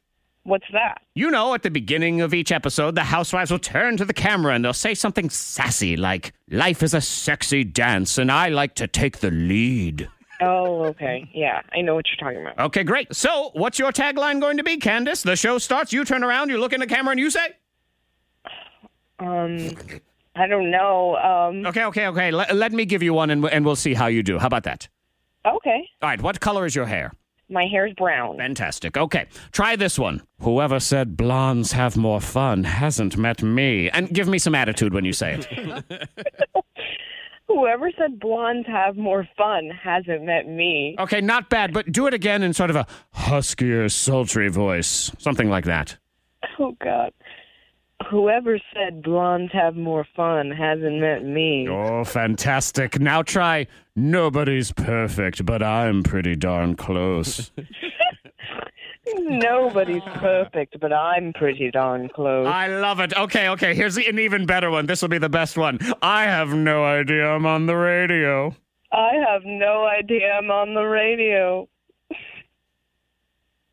J: What's that?
D: You know, at the beginning of each episode, the housewives will turn to the camera and they'll say something sassy like, Life is a sexy dance and I like to take the lead.
J: Oh, okay. Yeah, I know what you're talking about.
D: Okay, great. So, what's your tagline going to be, Candace? The show starts, you turn around, you look in the camera, and you say,
J: Um, I don't know. Um,
D: Okay, okay, okay. Let, let me give you one and, and we'll see how you do. How about that?
J: okay.
D: All right, what color is your hair?
J: My hair's brown.
D: Fantastic. Okay, try this one. Whoever said blondes have more fun hasn't met me. And give me some attitude when you say it.
J: Whoever said blondes have more fun hasn't met me.
D: okay, not bad, but do it again in sort of a huskier, sultry voice. Something like that.
J: Oh, God. whoever said blondes have more fun hasn't met me.
D: Oh, fantastic. Now try nobody's perfect, but I'm pretty darn close.
J: Nobody's perfect, but I'm pretty darn close.
D: I love it. Okay, okay. Here's an even better one. This will be the best one. I have no idea I'm on the radio.
J: I have no idea I'm on the radio.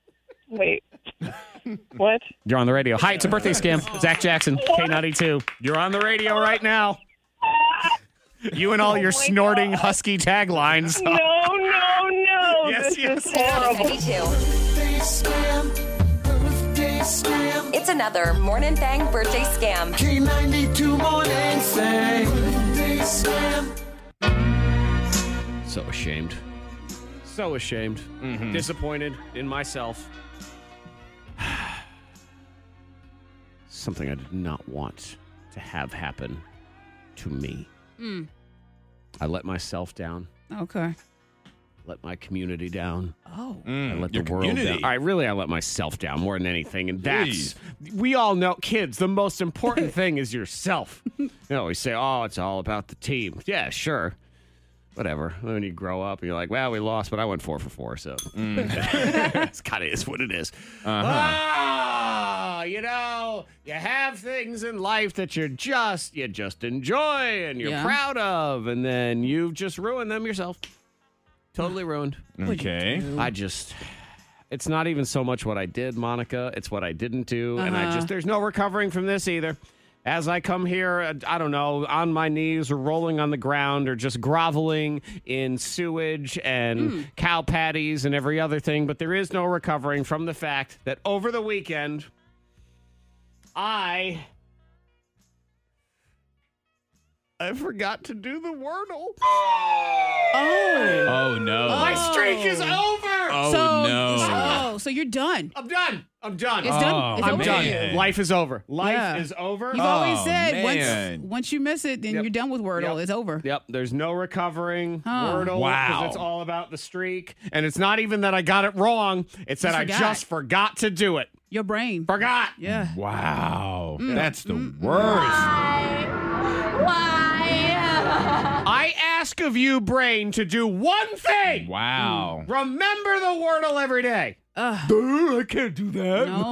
J: Wait. what?
D: You're on the radio. Hi, it's a birthday scam. Zach Jackson, K92. You're on the radio right now. You and all your snorting husky taglines.
J: No, no, no.
D: Yes,
J: this
D: yes.
J: is horrible.
G: 92. It's another Morning Thang birthday scam.
K: K92 Morning
D: So ashamed. Mm-hmm. So ashamed. Disappointed in myself. Something I did not want to have happen to me.
F: Mm,
D: I let myself down,
F: okay.
D: let my community down.
F: Oh.
D: I let
E: Mm,
D: the
E: your
D: world
E: community.
D: down. I really I let myself down more than anything, and that's we all know kids. The most important thing is yourself. You know, we say, "Oh, it's all about the team." Yeah, sure, whatever. When you grow up, you're like, "Well, we lost, but I went four for four, so
E: Mm.
D: it's kind of is what it is."
E: Uh-huh.
D: Ah, you know, you have things in life that you're just you just enjoy and you're
F: Yeah.
D: proud of, and then you've just ruined them yourself. Totally ruined.
E: Okay.
D: I just it's not even so much what I did, Monica. It's what I didn't do, and I
F: Uh-huh.
D: just there's no recovering from this either. As I come here, uh, I don't know, on my knees or rolling on the ground or just groveling in sewage and
F: Hmm.
D: cow patties and every other thing, but there is no recovering from the fact that over the weekend I I forgot to do the wordle.
F: Oh.
E: Oh no.
D: My streak is over.
E: Oh
F: so,
E: no.
F: Oh, so you're done.
D: I'm done. I'm done.
F: It's done. It's
E: Oh,
D: I'm
F: over.
E: man.
D: done. Life is over. Life
F: Yeah.
D: is over. Uh,
F: You've always
E: Oh,
F: said
E: man.
F: once once you miss it, then
D: Yep.
F: you're done with Wordle.
D: Yep.
F: It's over.
D: Yep, there's no recovering.
F: Huh.
D: Wordle, 'cause
E: Wow.
D: it's all about the streak, and it's not even that I got it wrong. It's that I
F: forgot.
D: just forgot to do it.
F: Your brain.
D: Forgot.
F: Yeah.
E: Wow.
F: Mm.
E: That's the worst.
D: I ask of you, brain, to do one thing.
E: Wow.
F: Mm.
D: Remember the Wordle every day.
E: Boo, I can't do that.
F: No,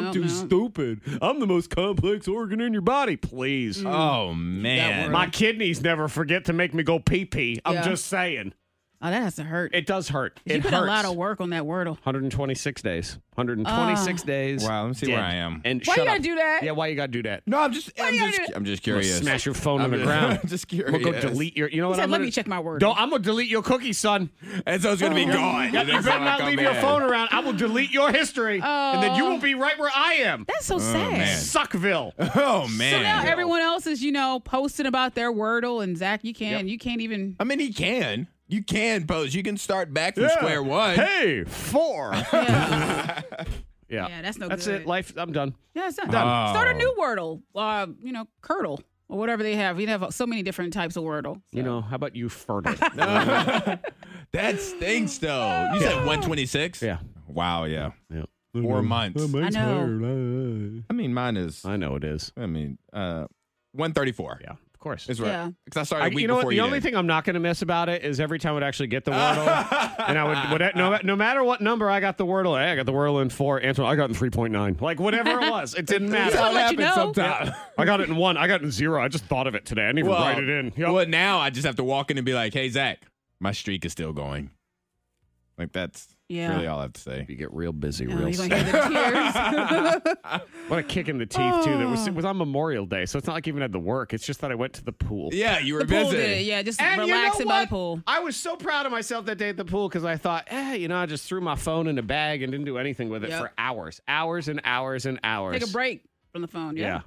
F: no, no.
E: stupid.
D: I'm the most complex organ in your body. Please.
F: Mm.
D: Uh,
E: Oh man.
D: My kidneys never forget to make me go pee pee. I'm
F: Yeah.
D: just saying.
F: Oh, that has to hurt.
D: It does hurt.
F: you
D: it
F: put
D: hurts.
F: a lot of Ah. work on that Wordle.
D: 126 days. 126 days.
E: Wow, let me see
D: dead.
E: where I am.
D: And
F: Why
D: shut
F: you gotta
D: up.
F: do that?
D: Yeah, why you gotta do that?
E: no, I'm just I'm
F: you
E: just
F: gotta-
E: I'm just
D: I'm gonna
E: curious.
D: Smash your phone on the
E: I'm-
D: ground.
E: I'm just
D: I'm gonna go
E: curious.
D: delete your. You know what?
F: said,
D: I'm
F: "Let
D: gonna-
F: me check my word."
D: No, I'm gonna delete your cookie, son.
E: And so it's gonna
D: Oh,
E: be gone.
D: Yep, you better not leave your phone around. I will delete your history, and then
F: Oh.
D: you will be right where I am.
F: That's so sad.
E: Oh, man.
D: Suckville.
E: Oh man.
F: So now everyone else is, you know, posting about their Wordle, and Zach, you can't, you can't even.
E: I mean, he can. You can pose. You can start back from square one.
D: Hey, four. yeah.
F: Yeah, that's no
D: Uh, That's
F: good.
D: it. Life. I'm done.
F: Yeah, it's not
E: Oh.
F: Start a new Wordle. Uh, you know, Curdle or whatever they have. You have so many different types of Wordle.
D: You know, how about you fertile?
E: That stinks, though. You said 126?
D: Yeah. Mm-hmm.
E: Wow, yeah.
D: Yeah.
E: Four months.
F: I know.
E: I mean, mine is,
D: I know it is.
E: I mean, uh, 134.
D: Yeah, of course.
E: Is right.
F: Yeah.
E: Because I started
D: I,
E: a week
D: you know what?
E: before
D: The
E: you
D: only
E: did.
D: thing I'm not going to miss about it is every time I would actually get the Wordle, and I would, would no, no matter what number I got the Wordle, hey, I got the Wordle in four. Antoine, I got in three point nine. Like whatever it was, it didn't
E: That's
D: matter.
E: what
F: let you
E: happens
F: know.
E: sometimes.
D: I got it in one. I got it in zero. I just thought of it today. I didn't even
E: Well,
D: write it in. Yep.
E: well, now I just have to walk in and be like, hey, Zach, my streak is still going. Like, that's
F: Yeah.
E: really all I have to say.
D: You get real busy,
F: Oh,
D: real.
F: you're gonna hear the tears.
D: What a kick in the teeth too. That
E: Oh.
D: was it was on Memorial Day, so it's not like I even had to work. It's just that I went to the pool.
E: Yeah, you were
F: the pool
E: busy.
F: did. Yeah, just
D: And you know
F: relaxing by the
D: what?
F: pool.
D: I was so proud of myself that day at the pool because I thought, eh, you know, I just threw my phone in a bag and didn't do anything with it
F: Yep.
D: for hours, hours and hours and hours.
F: Take a break from the phone.
D: Yeah.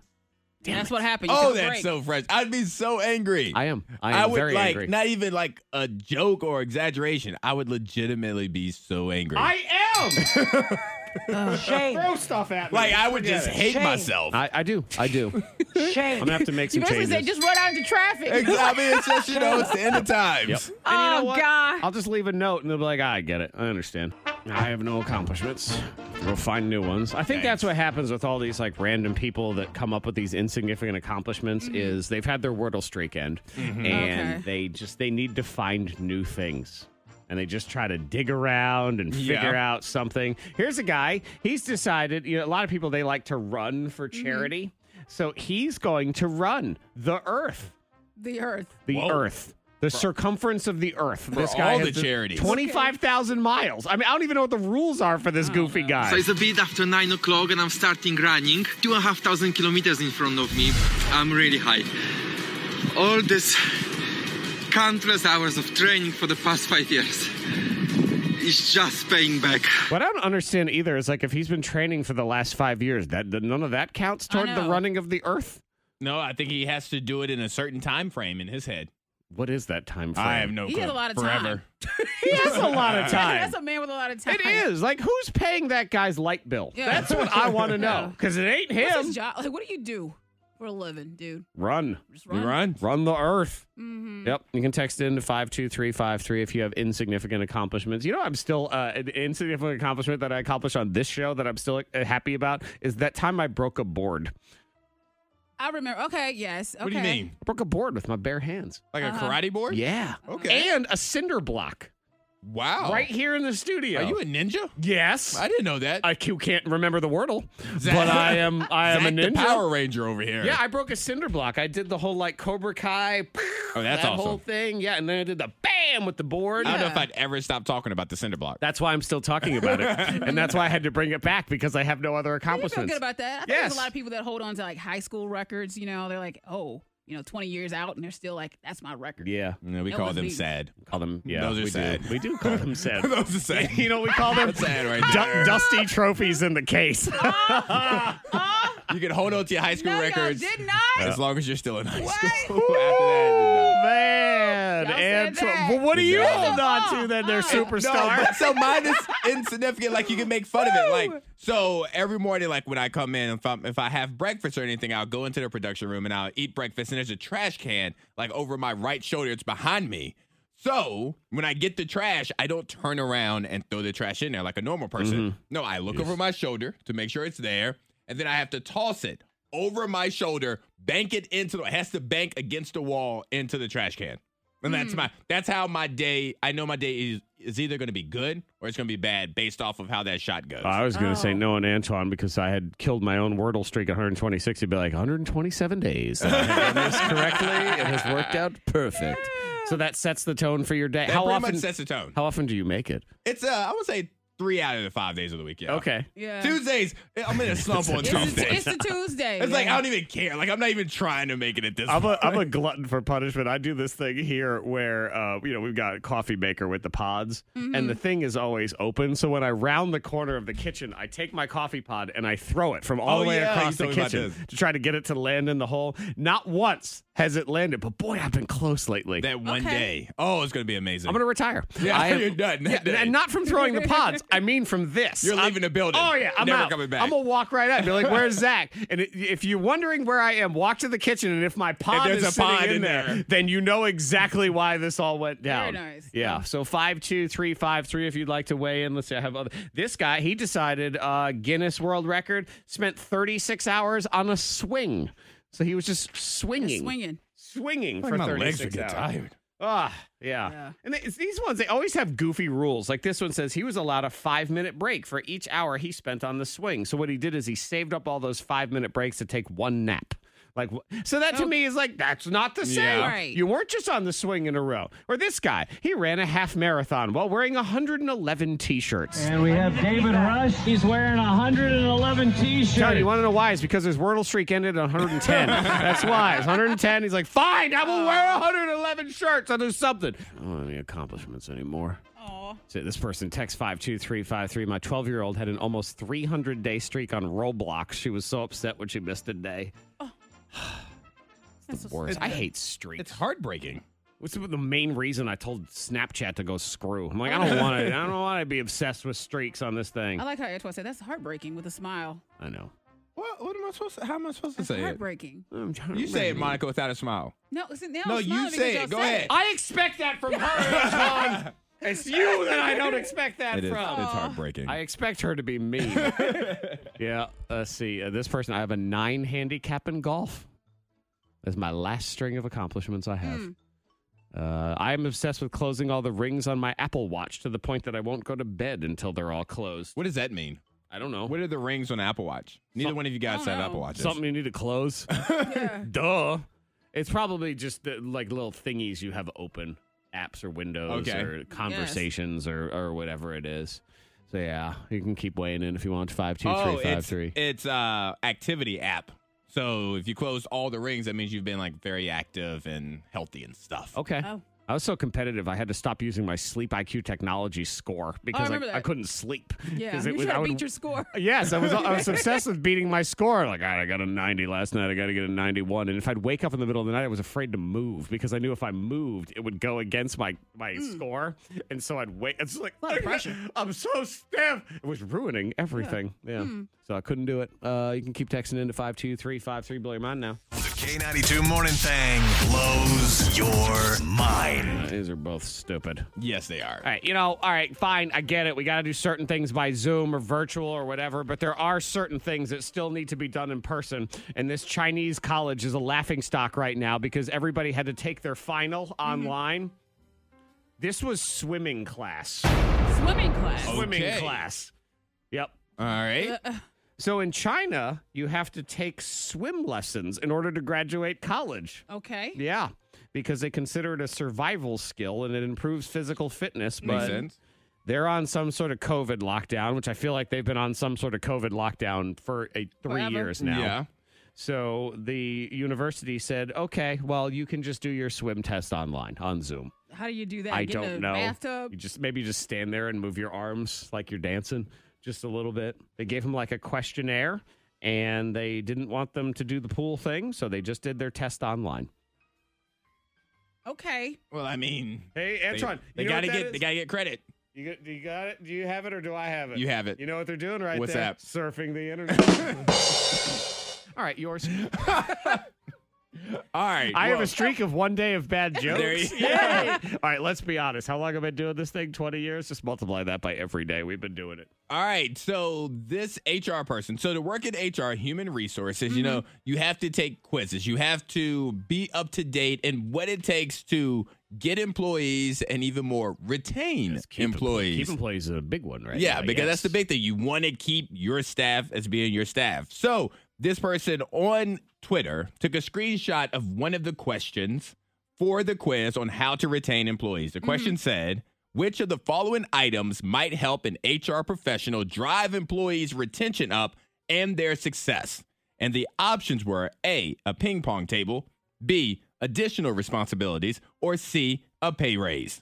F: Yeah. That's what happened. You
E: Oh,
F: took a
E: that's
F: break.
E: so fresh. I'd be so angry.
D: I am. I am
E: would
D: very
E: like
D: angry.
E: not even like a joke or exaggeration. I would legitimately be so angry.
D: I am. Throw stuff at me.
E: like I would
D: Forget
E: just
D: it.
E: hate myself.
D: I, I do. I do. I'm gonna have to make some
F: You basically
D: changes.
F: said just run out into traffic.
E: I mean, it's just, you know, it's the end of times.
D: And you know
F: Oh,
D: what?
F: God.
D: I'll just leave a note and they'll be like, I get "Ah, it. I understand. I have no accomplishments. We'll find new ones. I think that's what happens with all these like random people that come up with these insignificant accomplishments is they've had their Wordle streak end
L: Mhm.
D: and
L: Mm-hmm. Okay.
D: they just they need to find new things. And they just try to dig around and
L: Yeah.
D: figure out something. Here's a guy, he's decided, you know, a lot of people they like to run for
L: Mm-hmm.
D: charity. So he's going to run the earth.
F: The Earth.
D: The earth. The circumference of the earth. this guy
E: all
D: has
E: the
D: d-
E: charities.
D: 25,000 miles. I mean, I don't even know what the rules are for this goofy guy.
M: So it's a bit after 9 o'clock and I'm starting running. Two and a half thousand kilometers in front of me. I'm really high. All this countless hours of training for the past five years is just paying back.
D: What I don't understand either is like if he's been training for the last five years, that that none of that counts toward the running of the earth.
E: No, I think he has to do it in a certain time frame in his head.
D: What is that time frame?
E: I have no
F: He
E: clue.
F: had a lot of time.
E: Forever.
D: He has a lot of time.
F: That's a man with a lot of time.
D: It is like who's paying that guy's light bill?
F: Yeah.
D: That's what I want to know because it ain't
F: What's
D: him.
F: his job? Like, what do you do for a living, dude?
D: Run.
F: run.
D: run. the earth. Yep. You can text in to 52353 if you have insignificant accomplishments. You know, I'm still, uh, an insignificant accomplishment that I accomplished on this show that I'm still uh, happy about is that time I broke a board.
F: I remember. Okay, yes. Okay.
D: Broke a board with my bare hands.
E: Like
F: a Uh-huh. karate
E: board?
D: Yeah. Okay. And a cinder block.
E: Wow.
D: Right here in the studio.
E: Oh. Are you a ninja?
D: Yes.
E: I didn't know that.
D: I you can't remember the wordle, but I am I am
E: Zach
D: a
E: the
D: ninja.
E: Power Ranger over here.
D: Yeah, I broke a cinder block. I did the whole like Cobra Kai.
E: Oh, that's
D: that
E: awesome.
D: whole thing. Yeah, and then I did the bam with the board.
E: I don't know if I'd ever stop talking about the cinder block.
D: That's why I'm still talking about it, and that's why I had to bring it back because I have no other
F: I feel
D: accomplishments.
F: good about that. I think there's
D: Yes.
F: a lot of people that hold on to like high school records. You know, they're like, oh, you know, 20 years out, and they're still like, that's my record.
D: Yeah.
E: No, we
F: That
E: call
F: was
E: them
F: me.
E: sad.
D: Call them. Yeah,
E: Those are
D: we
E: sad.
D: Do. We do call them sad.
E: Those are sad.
D: You know, we call them
E: That's sad right
D: du-
E: there.
D: dusty trophies in the case.
E: you can hold on to your high school
F: No, y'all
E: records. Uh,
F: did not.
E: As long as you're still in high
F: What?
E: school. After that,
D: Man,
E: Y'all
D: and
E: said that.
D: well, what do you
E: Good
D: hold
E: job.
D: on to then? They're
E: No,
D: superstar.
E: but so mine is insignificant. Like you can make fun of it. Like so every morning, like when I come in, if I'm if I have breakfast or anything, I'll go into the production room and I'll eat breakfast. And there's a trash can like over my right shoulder. It's behind me. So when I get the trash, I don't turn around and throw the trash in there like a normal person.
N: Mhm.
D: Mm-hmm.
E: No, I look over my shoulder to make sure it's there, and then I have to toss it over my shoulder, bank it into the it has to bank against the wall into the trash can. And that's
D: Mm.
E: my that's how my day I know my day is is either gonna be good or it's gonna be bad based off of how that shot goes.
D: I was going to say
F: Oh.
D: no and Antoine because I had killed my own Wordle streak at 126. You'd be like 127 days. I have done this correctly. It has worked out perfect. So that sets the tone for your day.
E: That
D: how
E: pretty
D: often
E: much sets the tone.
D: How often do you make it?
E: It's uh I would say three out of the five days of the week. Yeah.
D: Okay.
F: Yeah.
E: Tuesdays, I'm in a slump on
F: It's a-
E: Tuesdays.
F: it's a Tuesday,
E: It's like
F: yeah.
E: I don't even care. Like I'm not even trying to make it at this
D: I'm a,
E: point.
D: I'm a glutton for punishment. I do this thing here where, uh, you know, we've got a coffee maker with the pods,
E: Mm-hmm.
D: and the thing is always open. So when I round the corner of the kitchen, I take my coffee pod and I throw it from all
E: Oh,
D: the way
E: yeah, you
D: across the
E: told me about
D: kitchen
E: this.
D: to try to get it to land in the hole. Not once has it landed, but boy, I've been close lately.
E: that one day. Oh, it's gonna be amazing.
D: I'm going to retire.
E: Yeah,
D: I am-
E: you're done.
D: Yeah,
E: that day.
D: and not from throwing the pods. I mean from this.
E: You're
D: I'm-
E: leaving the building.
D: Oh yeah, I'm
E: Never
D: out.
E: coming back.
D: I'm gonna walk right out. and Be like, "Where's Zach?" And it, if you're wondering where I am, walk to the kitchen, and if my pod
E: there's
D: is
E: a
D: sitting
E: pod
D: in,
E: in
D: there,
E: there.
D: then you know exactly why this all went down.
F: nice.
D: Yeah. So five two three five three. If you'd like to weigh in, let's see. I have other. This guy, he decided uh, Guinness World Record. Spent 36 hours on a swing. So he was just swinging,
F: Swinging.
D: swinging
E: Like
D: for
E: my
D: 36
E: legs would get
D: hours.
E: tired.
D: Ah, yeah. And they, it's these ones, they always have goofy rules. Like this one says he was allowed a five minute break for each hour he spent on the swing. So what he did is he saved up all those five minute breaks to take one nap. Like wh- so that to me is like that's not the same.
E: Oh. Yeah. Right.
D: You weren't just on the swing in a row. Or this guy, he ran a half marathon while wearing 111 t-shirts.
O: And we have David Rush. He's wearing a 111
D: John, you
O: t-shirt.
D: want to know why? It's because his Wordle streak ended at 110. That's why. It's 110. He's like, fine, I will wear
F: Oh.
D: 111 shirts. I'll do something. I don't have any accomplishments anymore. So this person text 52353. My 12 year old had an almost 300 day streak on Roblox. She was so upset when she missed a day.
F: Oh. That's so
D: Worse.
F: stupid.
D: I hate streaks.
E: It's heartbreaking.
D: What's the main reason I told Snapchat to go screw? I'm like, I don't want to. I don't want to be obsessed with streaks on this thing.
F: I like how Antoine said that's heartbreaking with a smile.
D: I know.
E: What what am I supposed to how am I supposed to say it?
F: Heartbreaking.
E: You say it, Monica, without a smile.
F: No, see, now
E: No,
F: I'm
E: you
F: smiling because
E: say it.
F: y'all
E: Go
F: said
E: ahead.
D: I expect that from her. Antoine. It's you that I don't expect that
E: It is-
D: from.
E: it's heartbreaking.
D: I expect her to be mean. yeah. Let's see. Uh, this person, I have a nine handicap in golf. That's my last string of accomplishments I have. Uh, I'm obsessed with closing all the rings on my Apple Watch to the point that I won't go to bed until they're all closed.
E: What does that mean?
D: I don't know.
E: What are the rings on Apple Watch? Neither one of you guys have Apple Watches.
D: Something you need to close. Duh. It's probably just the, like little thingies you have open, apps or windows
E: Okay.
D: or conversations or, or whatever it is. So yeah, you can keep weighing in if you want. Five two three five
E: Oh, it's,
D: three.
E: it's uh activity app. So if you close all the rings, that means you've been like very active and healthy and stuff.
D: Okay.
F: Oh.
D: I was so competitive, I had to stop using my sleep IQ technology score because
F: Oh, remember
D: I, I
F: that.
D: couldn't sleep.
F: Yeah,
D: 'Cause
F: you should have
D: would-
F: beat your score.
D: Yes, I was I was obsessed with beating my score. Like "Ah, I got a 90 last night, I got to get a 91. And if I'd wake up in the middle of the night, I was afraid to move because I knew if I moved, it would go against my my score. And so I'd wake. It's like I'm so stiff. It was ruining everything. Yeah. So I couldn't do it. Uh, you can keep texting into five two three five three. Blow your mind now.
A: K92 Morning Thang blows your mind.
D: These are both stupid.
E: Yes, they are.
D: All right, you know, all right, fine, I get it. We got to do certain things by Zoom or virtual or whatever, but there are certain things that still need to be done in person. And this Chinese college is a laughingstock right now because everybody had to take their final
E: Mm-hmm.
D: online. This was swimming class.
F: Swimming class.
D: Swimming class. Yep.
E: All
D: uh,
E: right.
D: So in China, you have to take swim lessons in order to graduate college.
E: Oh.
F: Okay.
D: Yeah, because they consider it a survival skill and it improves physical fitness. But
E: Makes sense.
D: They're on some sort of COVID lockdown, which I feel like they've been on some sort of COVID lockdown for a, three
E: Forever.
D: years now.
E: Yeah.
D: So the university said, okay, well, you can just do your swim test online on Zoom.
F: How do you do that?
D: I
F: Get in
D: don't
F: a
D: know.
F: Bathtub.
D: You just maybe just stand there and move your arms like you're dancing just a little bit. They gave him like a questionnaire and they didn't want them to do the pool thing, so they just did their test online.
F: Okay.
E: Well, I mean,
D: Hey, Antoine,
E: they,
D: you know what
E: gotta
D: that
E: get
D: is?
E: they gotta get credit.
D: You got, you got it? Do you have it or do I have it?
E: You have it.
D: You know what they're doing right
E: What's
D: there?
E: that?
D: Surfing the internet. All right, yours.
E: All right.
D: I have
E: well,
D: a streak of one day of bad jokes.
E: There you-
D: Yay! All right, let's be honest. How long have I been doing this thing? 20 years? Just multiply that by every day. We've been doing it.
E: All right. So this HR person, so to work in HR, human resources, you know,
D: Mm-hmm.
E: you have to take quizzes. You have to be up to date in what it takes to get employees and even more retain employees.
D: Keep employees is a big one, right?
E: Yeah,
D: now,
E: because
D: yes.
E: that's the big thing. You want to keep your staff as being your staff. So this person on Twitter took a screenshot of one of the questions for the quiz on how to retain employees. The question said, which of the following items might help an HR professional drive employees' retention up and their success? And the options were A, a ping pong table, B, additional responsibilities, or C, a pay raise.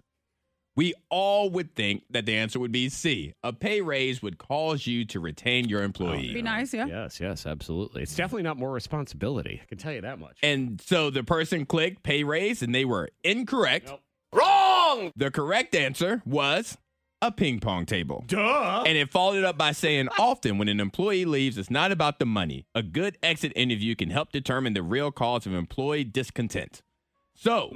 E: We all would think that the answer would be C. A pay raise would cause you to retain your employee.
F: Be nice, yeah.
D: Oh, Yes, yes, absolutely. It's definitely not more responsibility. I can tell you that much.
E: And so the person clicked pay raise and they were incorrect.
D: Wrong!
E: The correct answer was a ping pong table.
D: Duh!
E: And it followed up by saying often when an employee leaves, it's not about the money. A good exit interview can help determine the real cause of employee discontent. So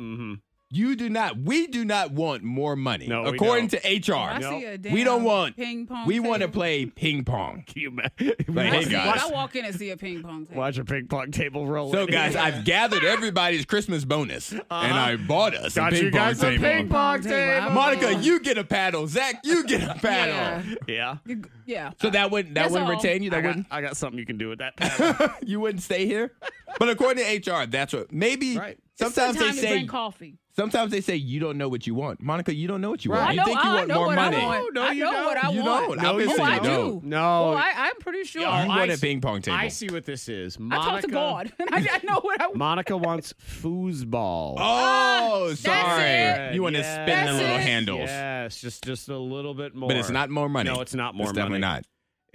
E: you do not, we do not want more money.
D: No, we
E: according
D: don't.
E: to HR,
F: I see a damn
E: we don't want
F: ping pong.
E: We want to
F: table.
E: play ping pong.
D: Can you
E: Like, hey
F: I see- when I
E: guys.
F: walk in and see a ping pong table.
D: Watch a ping pong table roll.
E: So
D: in.
E: guys, I've gathered everybody's Christmas bonus, and I bought us
D: Uh-huh. Got
E: a ping
D: you
E: pong
D: guys a
E: table.
D: ping pong table.
E: Monica, you get a paddle. Zach, you get a paddle.
F: Yeah.
D: Yeah.
F: Yeah.
E: So that wouldn't that
F: That's
E: wouldn't
F: all.
E: retain you. That
D: I got,
E: wouldn't
D: I got something you can do with that.
E: you wouldn't stay here. But according to HR, that's what maybe
D: Right.
E: sometimes they
F: Time to
E: say
F: drink coffee.
E: sometimes they say you want. don't know what you want. Monica, you don't know what you
F: Right.
E: want. You
F: I know-
E: think you
F: I
E: want
F: know
E: more
F: what I
E: money.
F: want. No, I you know don't. what I
E: You
F: want.
E: don't.
D: No, you
E: Obviously
D: don't.
E: you
D: I do.
E: don't.
D: No.
F: Oh, I, I'm pretty sure.
E: You
D: I
E: want a
D: s-
E: ping pong table.
D: I see what this is.
F: I
D: Monica,
F: talk to God. and I, I know what I want.
D: Monica wants foosball.
E: Oh,
F: Ah, that's
E: sorry.
F: it.
E: You want to
D: Yes.
E: spin the little
F: it.
E: handles.
D: Yes, just just a little bit more.
E: But it's not more money.
D: No, it's not more
E: It's definitely
D: money.
E: not.
D: not.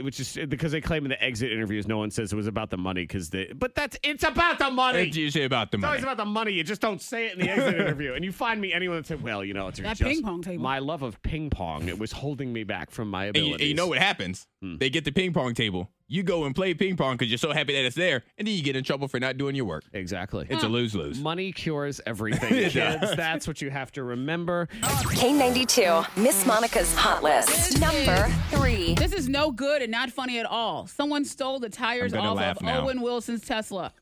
D: Which is because they claim in the exit interviews, no one says it was about the money because they. But that's it's about the money.
E: It's usually about the
D: It's
E: money.
D: always about the money. You just don't say it in the exit interview. And you find me anyone that said, well, you know, it's
F: That
D: just
F: ping pong table.
D: my love of ping pong. It was holding me back from my
E: And you,
D: abilities. Hmm.
E: and you know what happens? They get the ping pong table. You go and play ping pong because you're so happy that it's there, and then you get in trouble for not doing your work.
D: Exactly.
E: It's a lose lose.
F: Hmm.
D: Money cures everything,
E: It
D: kids.
E: does.
D: That's what you have to remember.
G: K92, Miss Monica's Hot List. Number three.
F: This is no good and not funny at all. Someone stole the tires
D: I'm gonna
F: off
D: laugh
F: of
D: now.
F: Owen Wilson's Tesla.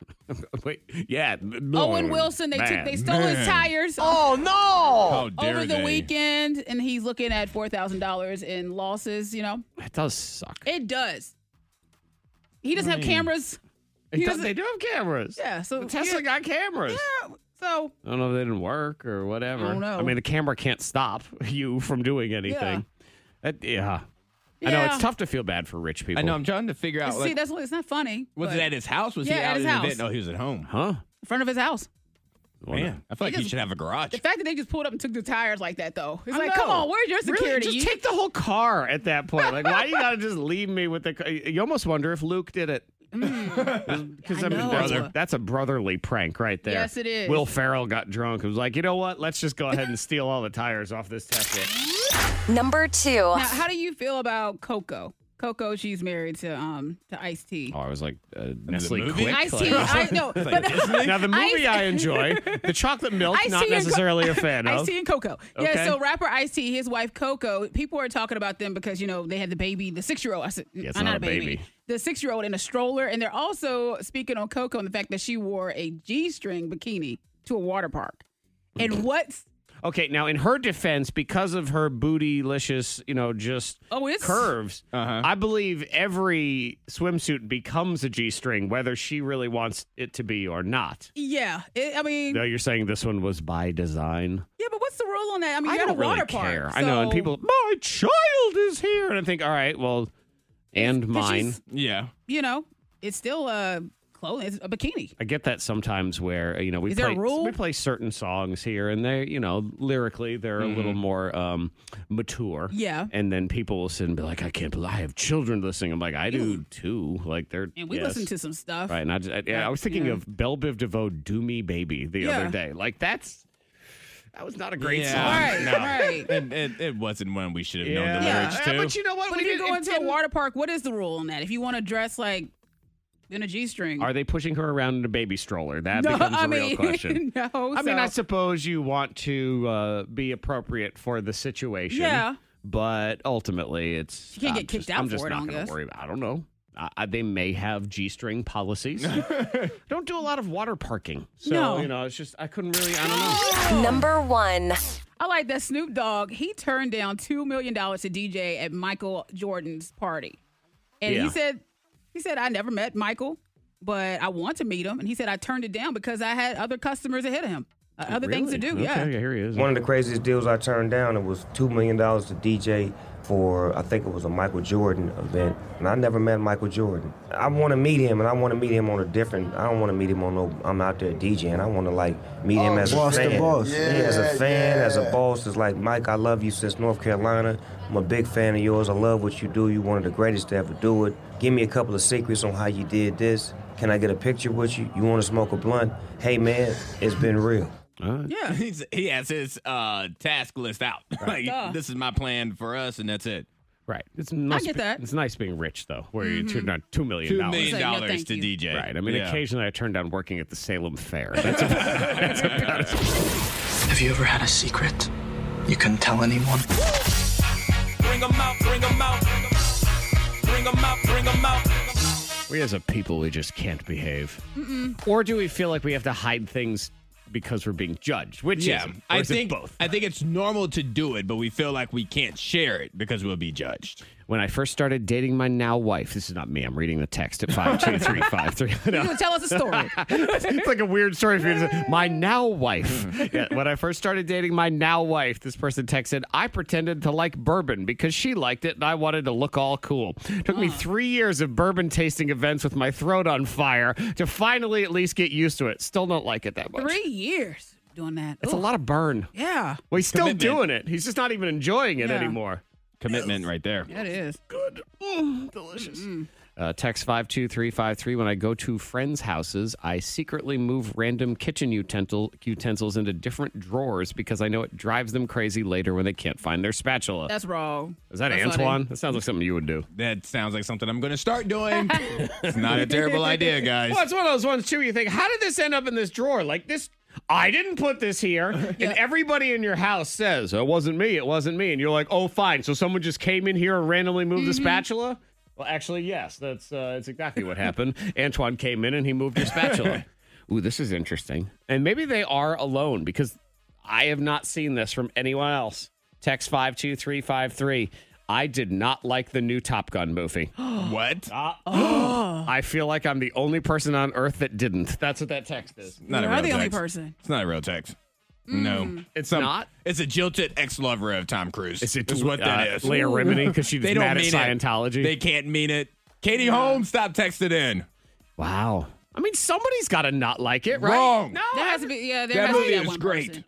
D: Wait, yeah.
F: Owen Wilson, they took they stole his tires.
D: Oh, no. How dare
F: Over the
D: they.
F: weekend, and he's looking at four thousand dollars in losses. You know,
D: That does suck.
F: it does. He doesn't
D: I
F: have
D: mean,
F: cameras.
D: It
F: He
D: does-
F: doesn't-
D: they do have cameras.
F: Yeah, so
D: The Tesla
F: yeah.
D: got cameras.
F: Yeah, so
D: I don't know if they didn't work or whatever.
F: I don't know.
D: I mean, the camera can't stop you from doing anything. That- Yeah. I know
F: Yeah.
D: it's tough to feel bad for rich people.
E: I know. I'm trying to figure
D: Uh,
E: out.
F: see,
E: Like,
F: that's what it's not funny.
E: was
F: but-
E: it at his house? Was
F: yeah,
E: he out
F: at his
E: at an
F: house,
E: event? No, he was at home.
D: Huh?
F: in front of his house.
E: Man, I feel like he should have a garage.
F: The fact that they just pulled up and took the tires like that, though, it's
D: I
F: like, come
D: know.
F: on, where's your
D: Really,
F: security?
D: just
F: You-
D: take the whole car at that point. Like, why you gotta just leave me with the? Car? You almost wonder if Luke did it. Because I, mean,
F: Mm. know.
D: that's, that's a brotherly prank right there.
F: Yes, it is.
D: Will Farrell got drunk and was like, you know what? Let's just go ahead and steal all the tires off this Tesla.
G: Number two.
F: Now, how do you feel about Coco? Coco, she's married to um to Ice T.
D: Oh, I was like, uh, Nestle
F: movie?
D: Quick.
F: Ice tea, I know,
D: Like
F: but-
D: Disney? now the movie
F: Ice-
D: I enjoy, the chocolate milk, not necessarily a fan of.
F: Ice T and Coco.
D: Okay.
F: Yeah, so rapper Ice T, his wife Coco, people are talking about them because, you know, they had the baby, the six year old. I said,
D: it's
F: uh,
D: not a baby.
F: The six year old in a stroller. And they're also speaking on Coco and the fact that she wore a G string bikini to a water park.
D: Mm.
F: And what's
D: Okay, now in her defense, because of her bootylicious, you know, just
F: Oh, it's-
D: curves, I believe every swimsuit becomes a G string, whether she really wants it to be or not.
F: yeah. It, I mean,
D: Though you're saying this one was by design.
F: yeah, but what's the rule on that? I mean,
D: I
F: you're at
D: don't
F: a water
D: really
F: park.
D: care. I know, and
F: so-
D: people, my child is here, and I think, all right, well, and mine.
F: she's-
E: Yeah,
F: you know, it's still uh, clothing. It's a bikini.
D: I get that sometimes where you know we
F: Is there a
D: play
F: rule?
D: we play certain songs here and they you know lyrically they're a little more um, mature.
F: Yeah.
D: And then people will sit and be like, I can't believe I have children listening. I'm like, I do too. Like they're
F: And we
D: yes.
F: listen to some stuff.
D: right. And I just, I, yeah, I was thinking
F: Yeah.
D: of Belle Biv DeVoe, "Do Me Baby" the
F: Yeah.
D: other day. Like that's that was not a great
E: Yeah.
D: song.
E: No.
F: right.
E: It, it, it wasn't one we should have known the
D: Yeah.
E: lyrics
D: Yeah,
E: to.
D: but you know what?
F: But
D: We
F: if you
D: didn't-
F: go
D: it
F: into a water park, what is the rule on that? If you want to dress like in a G string,
D: Are they pushing her around in a baby stroller? That becomes a
F: I
D: real
F: mean,
D: question.
F: no,
D: I mean,
F: so-
D: I suppose you want to uh, be appropriate for the situation.
F: Yeah.
D: But ultimately, it's
F: She can't
D: I'm
F: get kicked
D: just-
F: out
D: I'm
F: for
D: just
F: it, I
D: not
F: don't
D: going
F: guess.
D: to worry about. I don't know. I, I, they may have g-string policies. don't do a lot of water parking. So
F: No.
D: you know, it's just I couldn't really. I don't know.
G: Number one.
F: I like that Snoop Dogg. He turned down two million dollars to DJ at Michael Jordan's party, and
G: Yeah.
F: he said, he said I never met Michael, but I want to meet him, and he said I turned it down because I had other customers ahead of him, uh, other things to do. Yeah.
D: here he is.
L: One of the craziest deals I turned down it was two million dollars to DJ for I think it was a Michael Jordan event, and I never met Michael Jordan. I want to meet him, and I want to meet him on a different. I don't want to meet him on no. I'm out there DJing. I want to like meet him
N: Oh,
L: as
N: boss
L: a
N: to
L: fan.
N: boss.
L: Yeah, as a
N: Yeah,
L: fan, as a
N: yeah.
L: boss. It's like Mike, I love you since North Carolina. I'm a big fan of yours. I love what you do. You're one of the greatest to ever do it. Give me a couple of secrets on how you did this. Can I get a picture with you? You want to smoke a blunt? Hey man, it's been real.
F: Yeah,
E: He's, he has his uh, task list out. like,
F: Duh.
E: this is my plan for us, and that's it.
D: Right. It's nice
F: get
D: be-
F: that. Mm-hmm.
D: It's nice being rich though, where you turn down two million
E: Two
D: dollars.
E: million
F: It's like, no,
E: dollars
F: thank
E: to
F: you.
E: DJ.
D: Right. I mean,
E: Yeah.
D: occasionally I turn down working at the Salem Fair. That's about, that's about it.
P: Have you ever had a secret you couldn't tell anyone?
Q: Bring them out, bring them out. Bring them out, bring them out.
D: We as a people, we just can't behave.
Q: Mm-mm.
D: Or do we feel like we have to hide things because we're being judged? Which
E: yeah,
D: isn't? Or
E: I
D: is it
E: think
D: both.
E: I think it's normal to do it, but we feel like we can't share it because we'll be judged.
D: When I first started dating my now wife, this is not me. I'm reading the text at five two three five three.
F: You gonna tell us a story?
D: it's like a weird story for you to say. My now wife. Yeah, when I first started dating my now wife, this person texted, I pretended to like bourbon because she liked it and I wanted to look all cool. Took me three years of bourbon tasting events with my throat on fire to finally at least get used to it. Still don't like it that much.
F: Three years doing that.
D: It's a
F: Ugh.
D: lot of burn.
F: Yeah,
D: Well, he's still
E: Commitment.
D: doing it. He's just not even enjoying it
F: Yeah.
D: anymore.
E: Commitment right there.
F: that is
D: good. Mm, delicious. Uh, text 52353. When I go to friends' houses, I secretly move random kitchen utensil, utensils into different drawers because I know it drives them crazy later when they can't find their spatula.
F: That's wrong.
D: Is that
F: That's
D: Antoine? That sounds like something you would do.
E: That sounds like something I'm going to start doing. it's not a terrible idea, guys.
D: Well, it's one of those ones too. where You think, how did this end up in this drawer? Like this, I didn't put this here, and everybody in your house says "Oh, it wasn't me. It wasn't me, and you're like, oh, fine. So someone just came in here and randomly moved the spatula. Well, actually, yes. That's uh, that's exactly what happened. Antoine came in and he moved your spatula. Ooh, this is interesting. And maybe they are alone because I have not seen this from anyone else. Text five two three five three. I did not like the new Top Gun movie.
E: what?
D: Uh, I feel like I'm the only person on earth that didn't. That's what that text is.
E: Not a real text. It's not a real text.
F: Mm.
E: No,
D: It's not?
E: It's a jilted ex-lover of Tom Cruise. Is
D: it
E: is what that
D: uh,
E: is.
D: Leah Remini, 'cause she was
E: They don't
D: mad at
E: mean it.
D: Scientology?
E: They can't mean it. Katie Holmes, stop texting in.
D: Wow. I mean, somebody's got to not like it, right?
E: Wrong.
D: No.
F: There has to be yeah. There
E: That
F: has to
E: movie
F: be that
E: is
F: one
E: great.
F: person.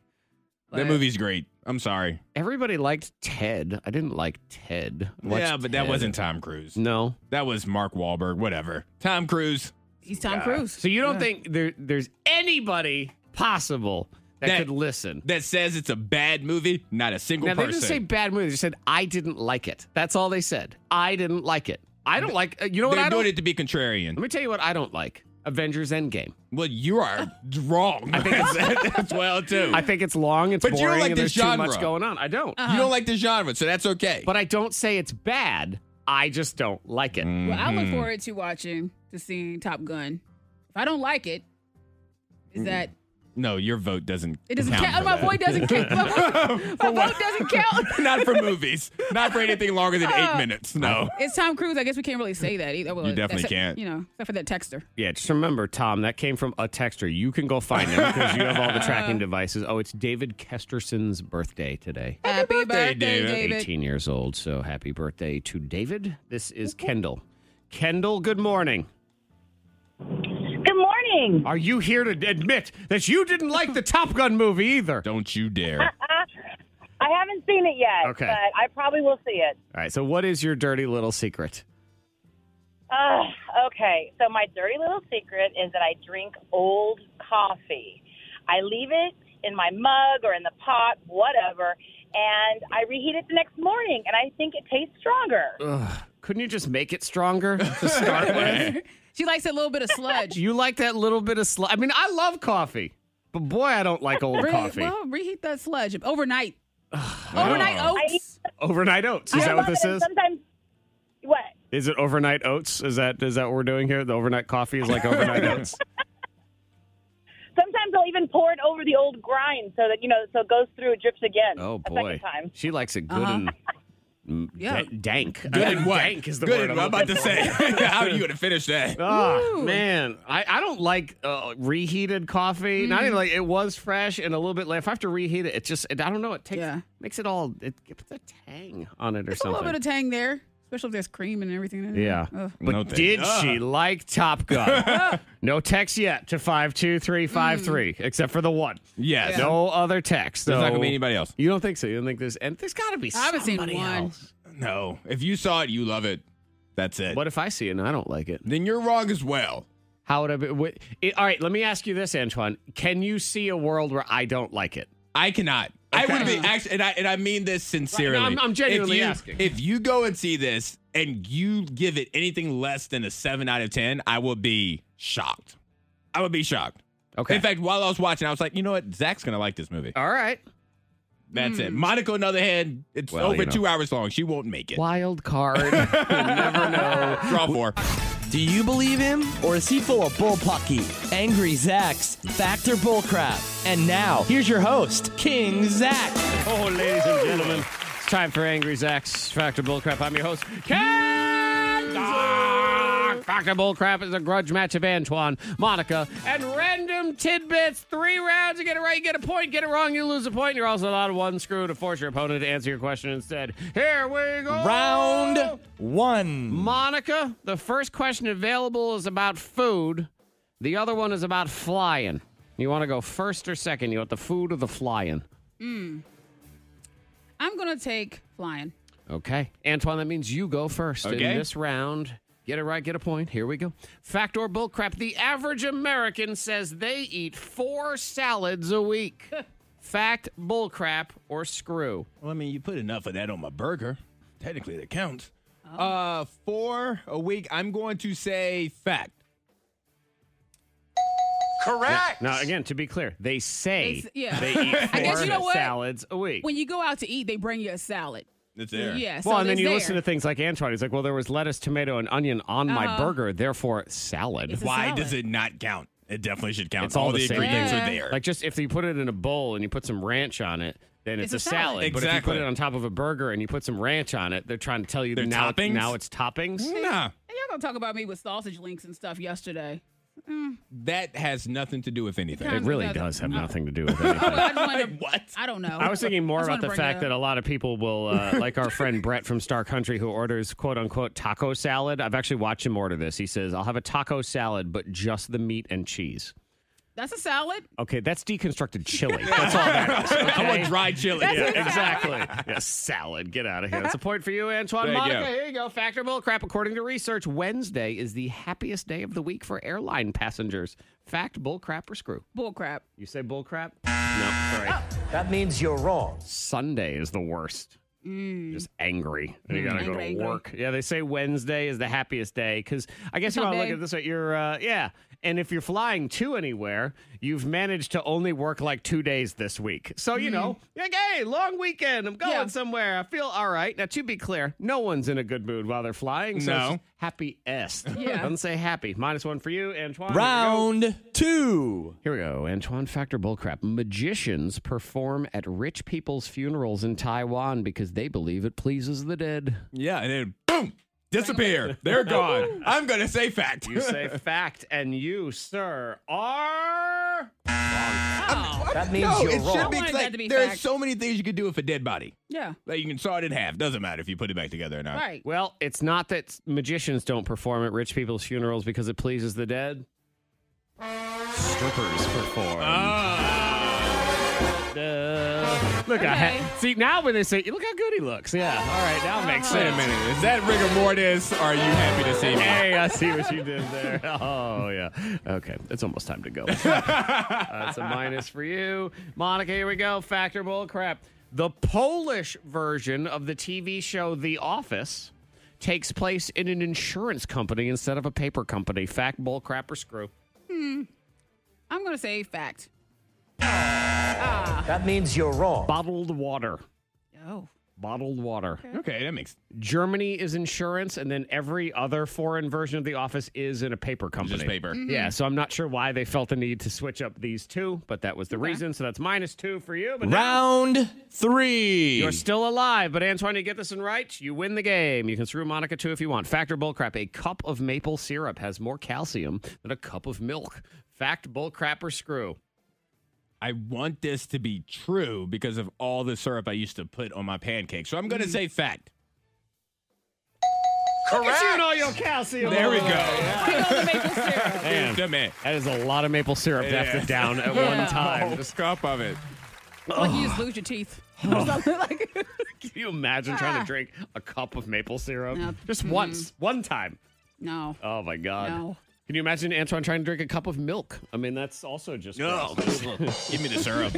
E: That
F: But-
E: movie's great. I'm sorry.
D: Everybody liked Ted. I didn't like Ted. I watched
E: yeah, but that
D: Ted.
E: wasn't Tom Cruise.
D: No,
E: that was Mark Wahlberg. Whatever. Tom Cruise.
F: He's Tom
E: Yeah.
F: Cruise.
D: So you don't
F: Yeah.
D: think there, there's anybody possible that,
E: That-
D: could listen?
E: That says it's a bad movie. Not a single
D: Now, they
E: person.
D: didn't say bad movie. They just said, I didn't like it. That's all they said. I didn't like it. I don't like, uh, you know what
E: They're
D: I don't?
E: doing it to be contrarian.
D: Let me tell you what I don't like. Avengers Endgame.
E: Well, you are wrong. I
D: think
E: it's as well too.
D: I think it's long, it's
E: But you
D: boring,
E: don't like
D: and
E: this
D: there's
E: genre.
D: too much going on. I don't.
E: You don't like the genre, so that's okay.
D: But I don't say it's bad. I just don't like it.
E: Mm-hmm.
F: Well, I look forward to watching to seeing Top Gun. If I don't like it, is
D: Mm.
F: that
E: No, your vote doesn't.
F: it doesn't
E: count.
F: count?
E: for
F: My
E: that.
F: vote doesn't count. My vote- my vote doesn't count.
E: Not for movies. Not for anything longer than eight minutes. No.
F: It's Tom Cruise. I guess we can't really say that either. Well,
D: You definitely
F: except-
D: can't.
F: You know, except for that texter.
D: Yeah, just remember, Tom, that came from a texter. You can go find him because you have all the tracking devices. Oh, it's David Kesterson's birthday today.
F: Happy birthday, David.
D: 18 years old, so happy birthday to David. This is Kendall. Kendall, good morning.
N: Good morning.
D: Are you here to admit that you didn't like the Top Gun movie either?
E: Don't you dare.
N: I haven't seen it yet,
D: Okay.
N: but I probably will see it.
D: All right, so what is your dirty little secret?
N: Ugh, okay, so my dirty little secret is that I drink old coffee. I leave it in my mug or in the pot, whatever, and I reheat it the next morning, and I think it tastes stronger.
D: Ugh, couldn't you just make it stronger to start with?
F: She likes a little bit of sludge.
D: You like that little bit of sludge? I mean, I love coffee, but boy, I don't like old
F: Re-
D: coffee.
F: Well, reheat that sludge overnight. overnight
D: Oh.
F: oats.
D: Overnight oats. Is
N: I
D: that what
N: love
D: this
N: it, and
D: is?
N: Sometimes, what?
D: Is it overnight oats? Is that is that what we're doing here? The overnight coffee is like overnight oats.
N: Sometimes I'll even pour it over the old grind so that you know, so it goes through, it drips again.
D: Oh
N: a second
D: boy,
N: time.
D: she likes it good
N: Uh-huh.
D: and mm,
N: Yeah.
D: da- dank.
E: Good and what?
D: Dank is the
E: Good
D: word
E: and- I'm
D: I'm
E: about to say.
D: looking for.
E: How are you going to finish that?
D: Ah, man, I, I don't like uh, reheated coffee.
E: Mm.
D: Not
N: Mm-hmm.
D: even like it was fresh and a little bit. Like, if I have to reheat it, it just it, I don't know. It takes makes it all it puts a tang on it or
F: There's a
D: something.
F: little bit of tang there, especially if there's cream and everything. In it.
D: Yeah.
F: Ugh.
D: But did she like Top Gun? no text yet to 52353, except for the one.
E: Hmm. Yes. Yeah.
D: No other text.
E: There's not gonna
D: so-
E: be anybody else.
D: You don't think so? You don't think there's, and there's got to be
F: I haven't seen
D: somebody
F: one.
D: else.
E: No. If you saw it, you love it. That's it.
D: What if I see it and I don't like it?
E: Then you're wrong as well.
D: How would I be? What, it, all right, let me ask you this, Antoine. Can you see a world where I don't like it?
E: I cannot. I would be actually, and I and I mean this sincerely.
D: I'm- I'm genuinely
E: if you,
D: asking.
E: If you go and see this and you give it anything less than a seven out of ten, I will be shocked. I would be shocked.
D: Okay.
E: In fact, while I was watching, I was like, you know what, Zach's gonna like this movie.
D: All right.
E: That's it. Monica, on the other hand, it's
D: Well,
E: over
D: you know.
E: two hours long. She won't make it.
D: Wild card. never know.
E: Draw four.
R: Do you believe him or is he full of bullpucky? Angry Zach's Factor Bullcrap. And now, here's your host, King Zach.
D: Oh, ladies and gentlemen, it's time for Angry Zach's Factor Bullcrap. I'm your host, Ken Zach. Factor Bullcrap is a grudge match of Antoine, Monica, and random tidbits. Three rounds. You get it right, you get a point. Get it wrong, you lose a point. You're also allowed one screw to force your opponent to answer your question instead. Here we go.
I: Round one.
D: Monica, the first question available is about food. The other one is about flying. You want to go first or second? You want the food or the flying?
F: Mm. I'm gonna take flying.
D: Okay. Antoine, that means you go first
E: Okay.
D: in this round. Get it right, get a point. Here we go. Fact or bullcrap? The average American says they eat four salads a week. Fact, bullcrap, or screw?
E: Well, I mean, you put enough of that on my burger. Technically, that counts. Uh, four a week. I'm going to say fact.
D: Correct. Now, again, to be clear, they say
F: They s- yeah.
D: they eat
F: I guess
D: four
F: you know what?
D: salads a week.
F: When you go out to eat, they bring you a salad.
E: It's
F: there. Yeah, so
D: well, and then
F: it's
D: you
F: there.
D: listen to things like Antoine. He's like, well, there was lettuce, tomato, and onion on my
F: Uh-huh.
D: burger, therefore salad.
E: It's a Why salad. does it not count? It definitely should count.
D: It's all,
E: All
D: the,
E: the
D: same
E: ingredients
D: thing.
E: are there.
D: Like just if you put it in a bowl and you put some ranch on it, then it's,
E: It's
D: a
E: a salad.
D: salad. But if you put
E: Exactly.
D: it on top of a burger and you put some ranch on it, they're trying to tell you
E: They're
D: now
E: toppings?
D: now it's toppings.
E: Nah.
F: And y'all gonna talk about me with sausage links and stuff yesterday. Mm.
E: That has nothing to do with anything.
D: It really does have nothing to do with anything.
F: I just wanted to- I don't know.
D: I was thinking more
F: I just
D: about
F: wanted to
D: the
F: bring
D: fact
F: it
D: that
F: up.
D: a lot of people will, uh, like our friend Brett from Star Country, who orders quote unquote taco salad. I've actually watched him order this. He says, I'll have a taco salad, but just the meat and cheese.
F: that's a salad.
D: Okay, that's deconstructed chili. That's all that is.
E: I want
D: okay?
E: dry chili.
D: Yeah, exactly. Yeah, salad. Get out of here. That's a point for you, Antoine.
E: Thank
D: Monica,
E: you.
D: here you go. Factor bullcrap. According to research, Wednesday is the happiest day of the week for airline passengers. Fact, bullcrap, or screw?
F: Bullcrap.
D: You say Oh. bullcrap? No. All right. That means you're wrong. Sunday is the worst. Just angry. And you
E: Mm.
D: got to go
E: Angry,
D: to
E: angry.
D: work. Yeah, they say Wednesday is the happiest day because I guess
E: It's
D: you
E: hump
D: want to look
E: day.
D: at it this way. You're, uh, yeah. And if you're flying to anywhere, you've managed to only work like two days this week. So, you
E: Mm.
D: know, you're like, hey, long weekend. I'm going somewhere. I feel all right. Now, to be clear, no one's in a good mood while they're flying. So
E: No.
D: happy est.
E: Yeah.
D: Doesn't say happy. Minus one for you, Antoine. Here we go.
R: Round two.
D: Here we go. Antoine Factor Bullcrap. Magicians perform at rich people's funerals in Taiwan because they believe it pleases the dead.
E: Yeah, and then boom, disappear. They're gone. I'm gonna say fact.
D: You say fact, and you, sir, are.
E: That
D: means
E: no,
D: you're
E: it
D: wrong.
E: should
D: I
E: be
D: wanted
E: like
D: that to be
E: there's
D: fact.
E: so many things you could do with a dead body.
F: Yeah.
E: Like you can saw it in half. Doesn't matter if you put it back together or not.
D: Well, it's not that magicians don't perform at rich people's funerals because it pleases the dead. Strippers perform. Ah. Duh. Look, I ha- see now when they say, "Look how good he looks." Yeah. All right, now it makes
E: Wait a
D: sense.
E: minute. Is that rigor mortis? Or are you happy to see me?
D: Hey, I see what you did there. Oh, yeah. Okay, it's almost time to go. That's a minus for you. Monica, here we go. Factor bull crap. The Polish version of the TV show The Office takes place in an insurance company instead of a paper company. Fact, bull crap, or screw?
F: Hmm. I'm gonna say fact.
D: That means you're wrong. Bottled water.
F: Oh.
D: Bottled water.
E: Okay, that makes
D: Germany is insurance, and then every other foreign version of the office is in a paper company.
E: paper. Mhm.
D: Yeah, so I'm not sure why they felt the need to switch up these two, but that was the reason. So that's minus two for you. But now-
R: Round three.
D: you're still alive, but Antoine, you get this one right, you win the game. You can screw Monica too if you want. Fact or bullcrap? A cup of maple syrup has more calcium than a cup of milk. Fact, bullcrap, or screw?
E: I want this to be true because of all the syrup I used to put on my pancakes. So I'm
D: Mm.
E: gonna say fact.
D: Correct. Look at you and all your calcium. Oh,
E: There we go.
D: Man, that is a lot of maple syrup to have
E: Yeah.
D: to down at
E: Yeah.
D: one time.
E: Oh, Just cup of it.
F: Like you just lose your teeth. Or something like
D: Can you imagine trying to
F: Ah.
D: drink a cup of maple syrup?
F: No.
D: Just
F: Mm.
D: once, one time.
F: no.
D: Oh my God.
F: No.
D: Can you imagine Antoine trying to drink a cup of milk? I mean, that's also just.
E: No.
D: gross.
E: Give me the syrup.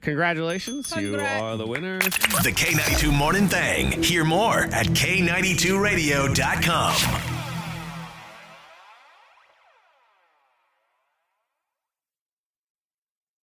D: Congratulations. You
A: Congrats.
D: are the winner.
A: The K92 Morning Thing. Hear more at K92Radio.com.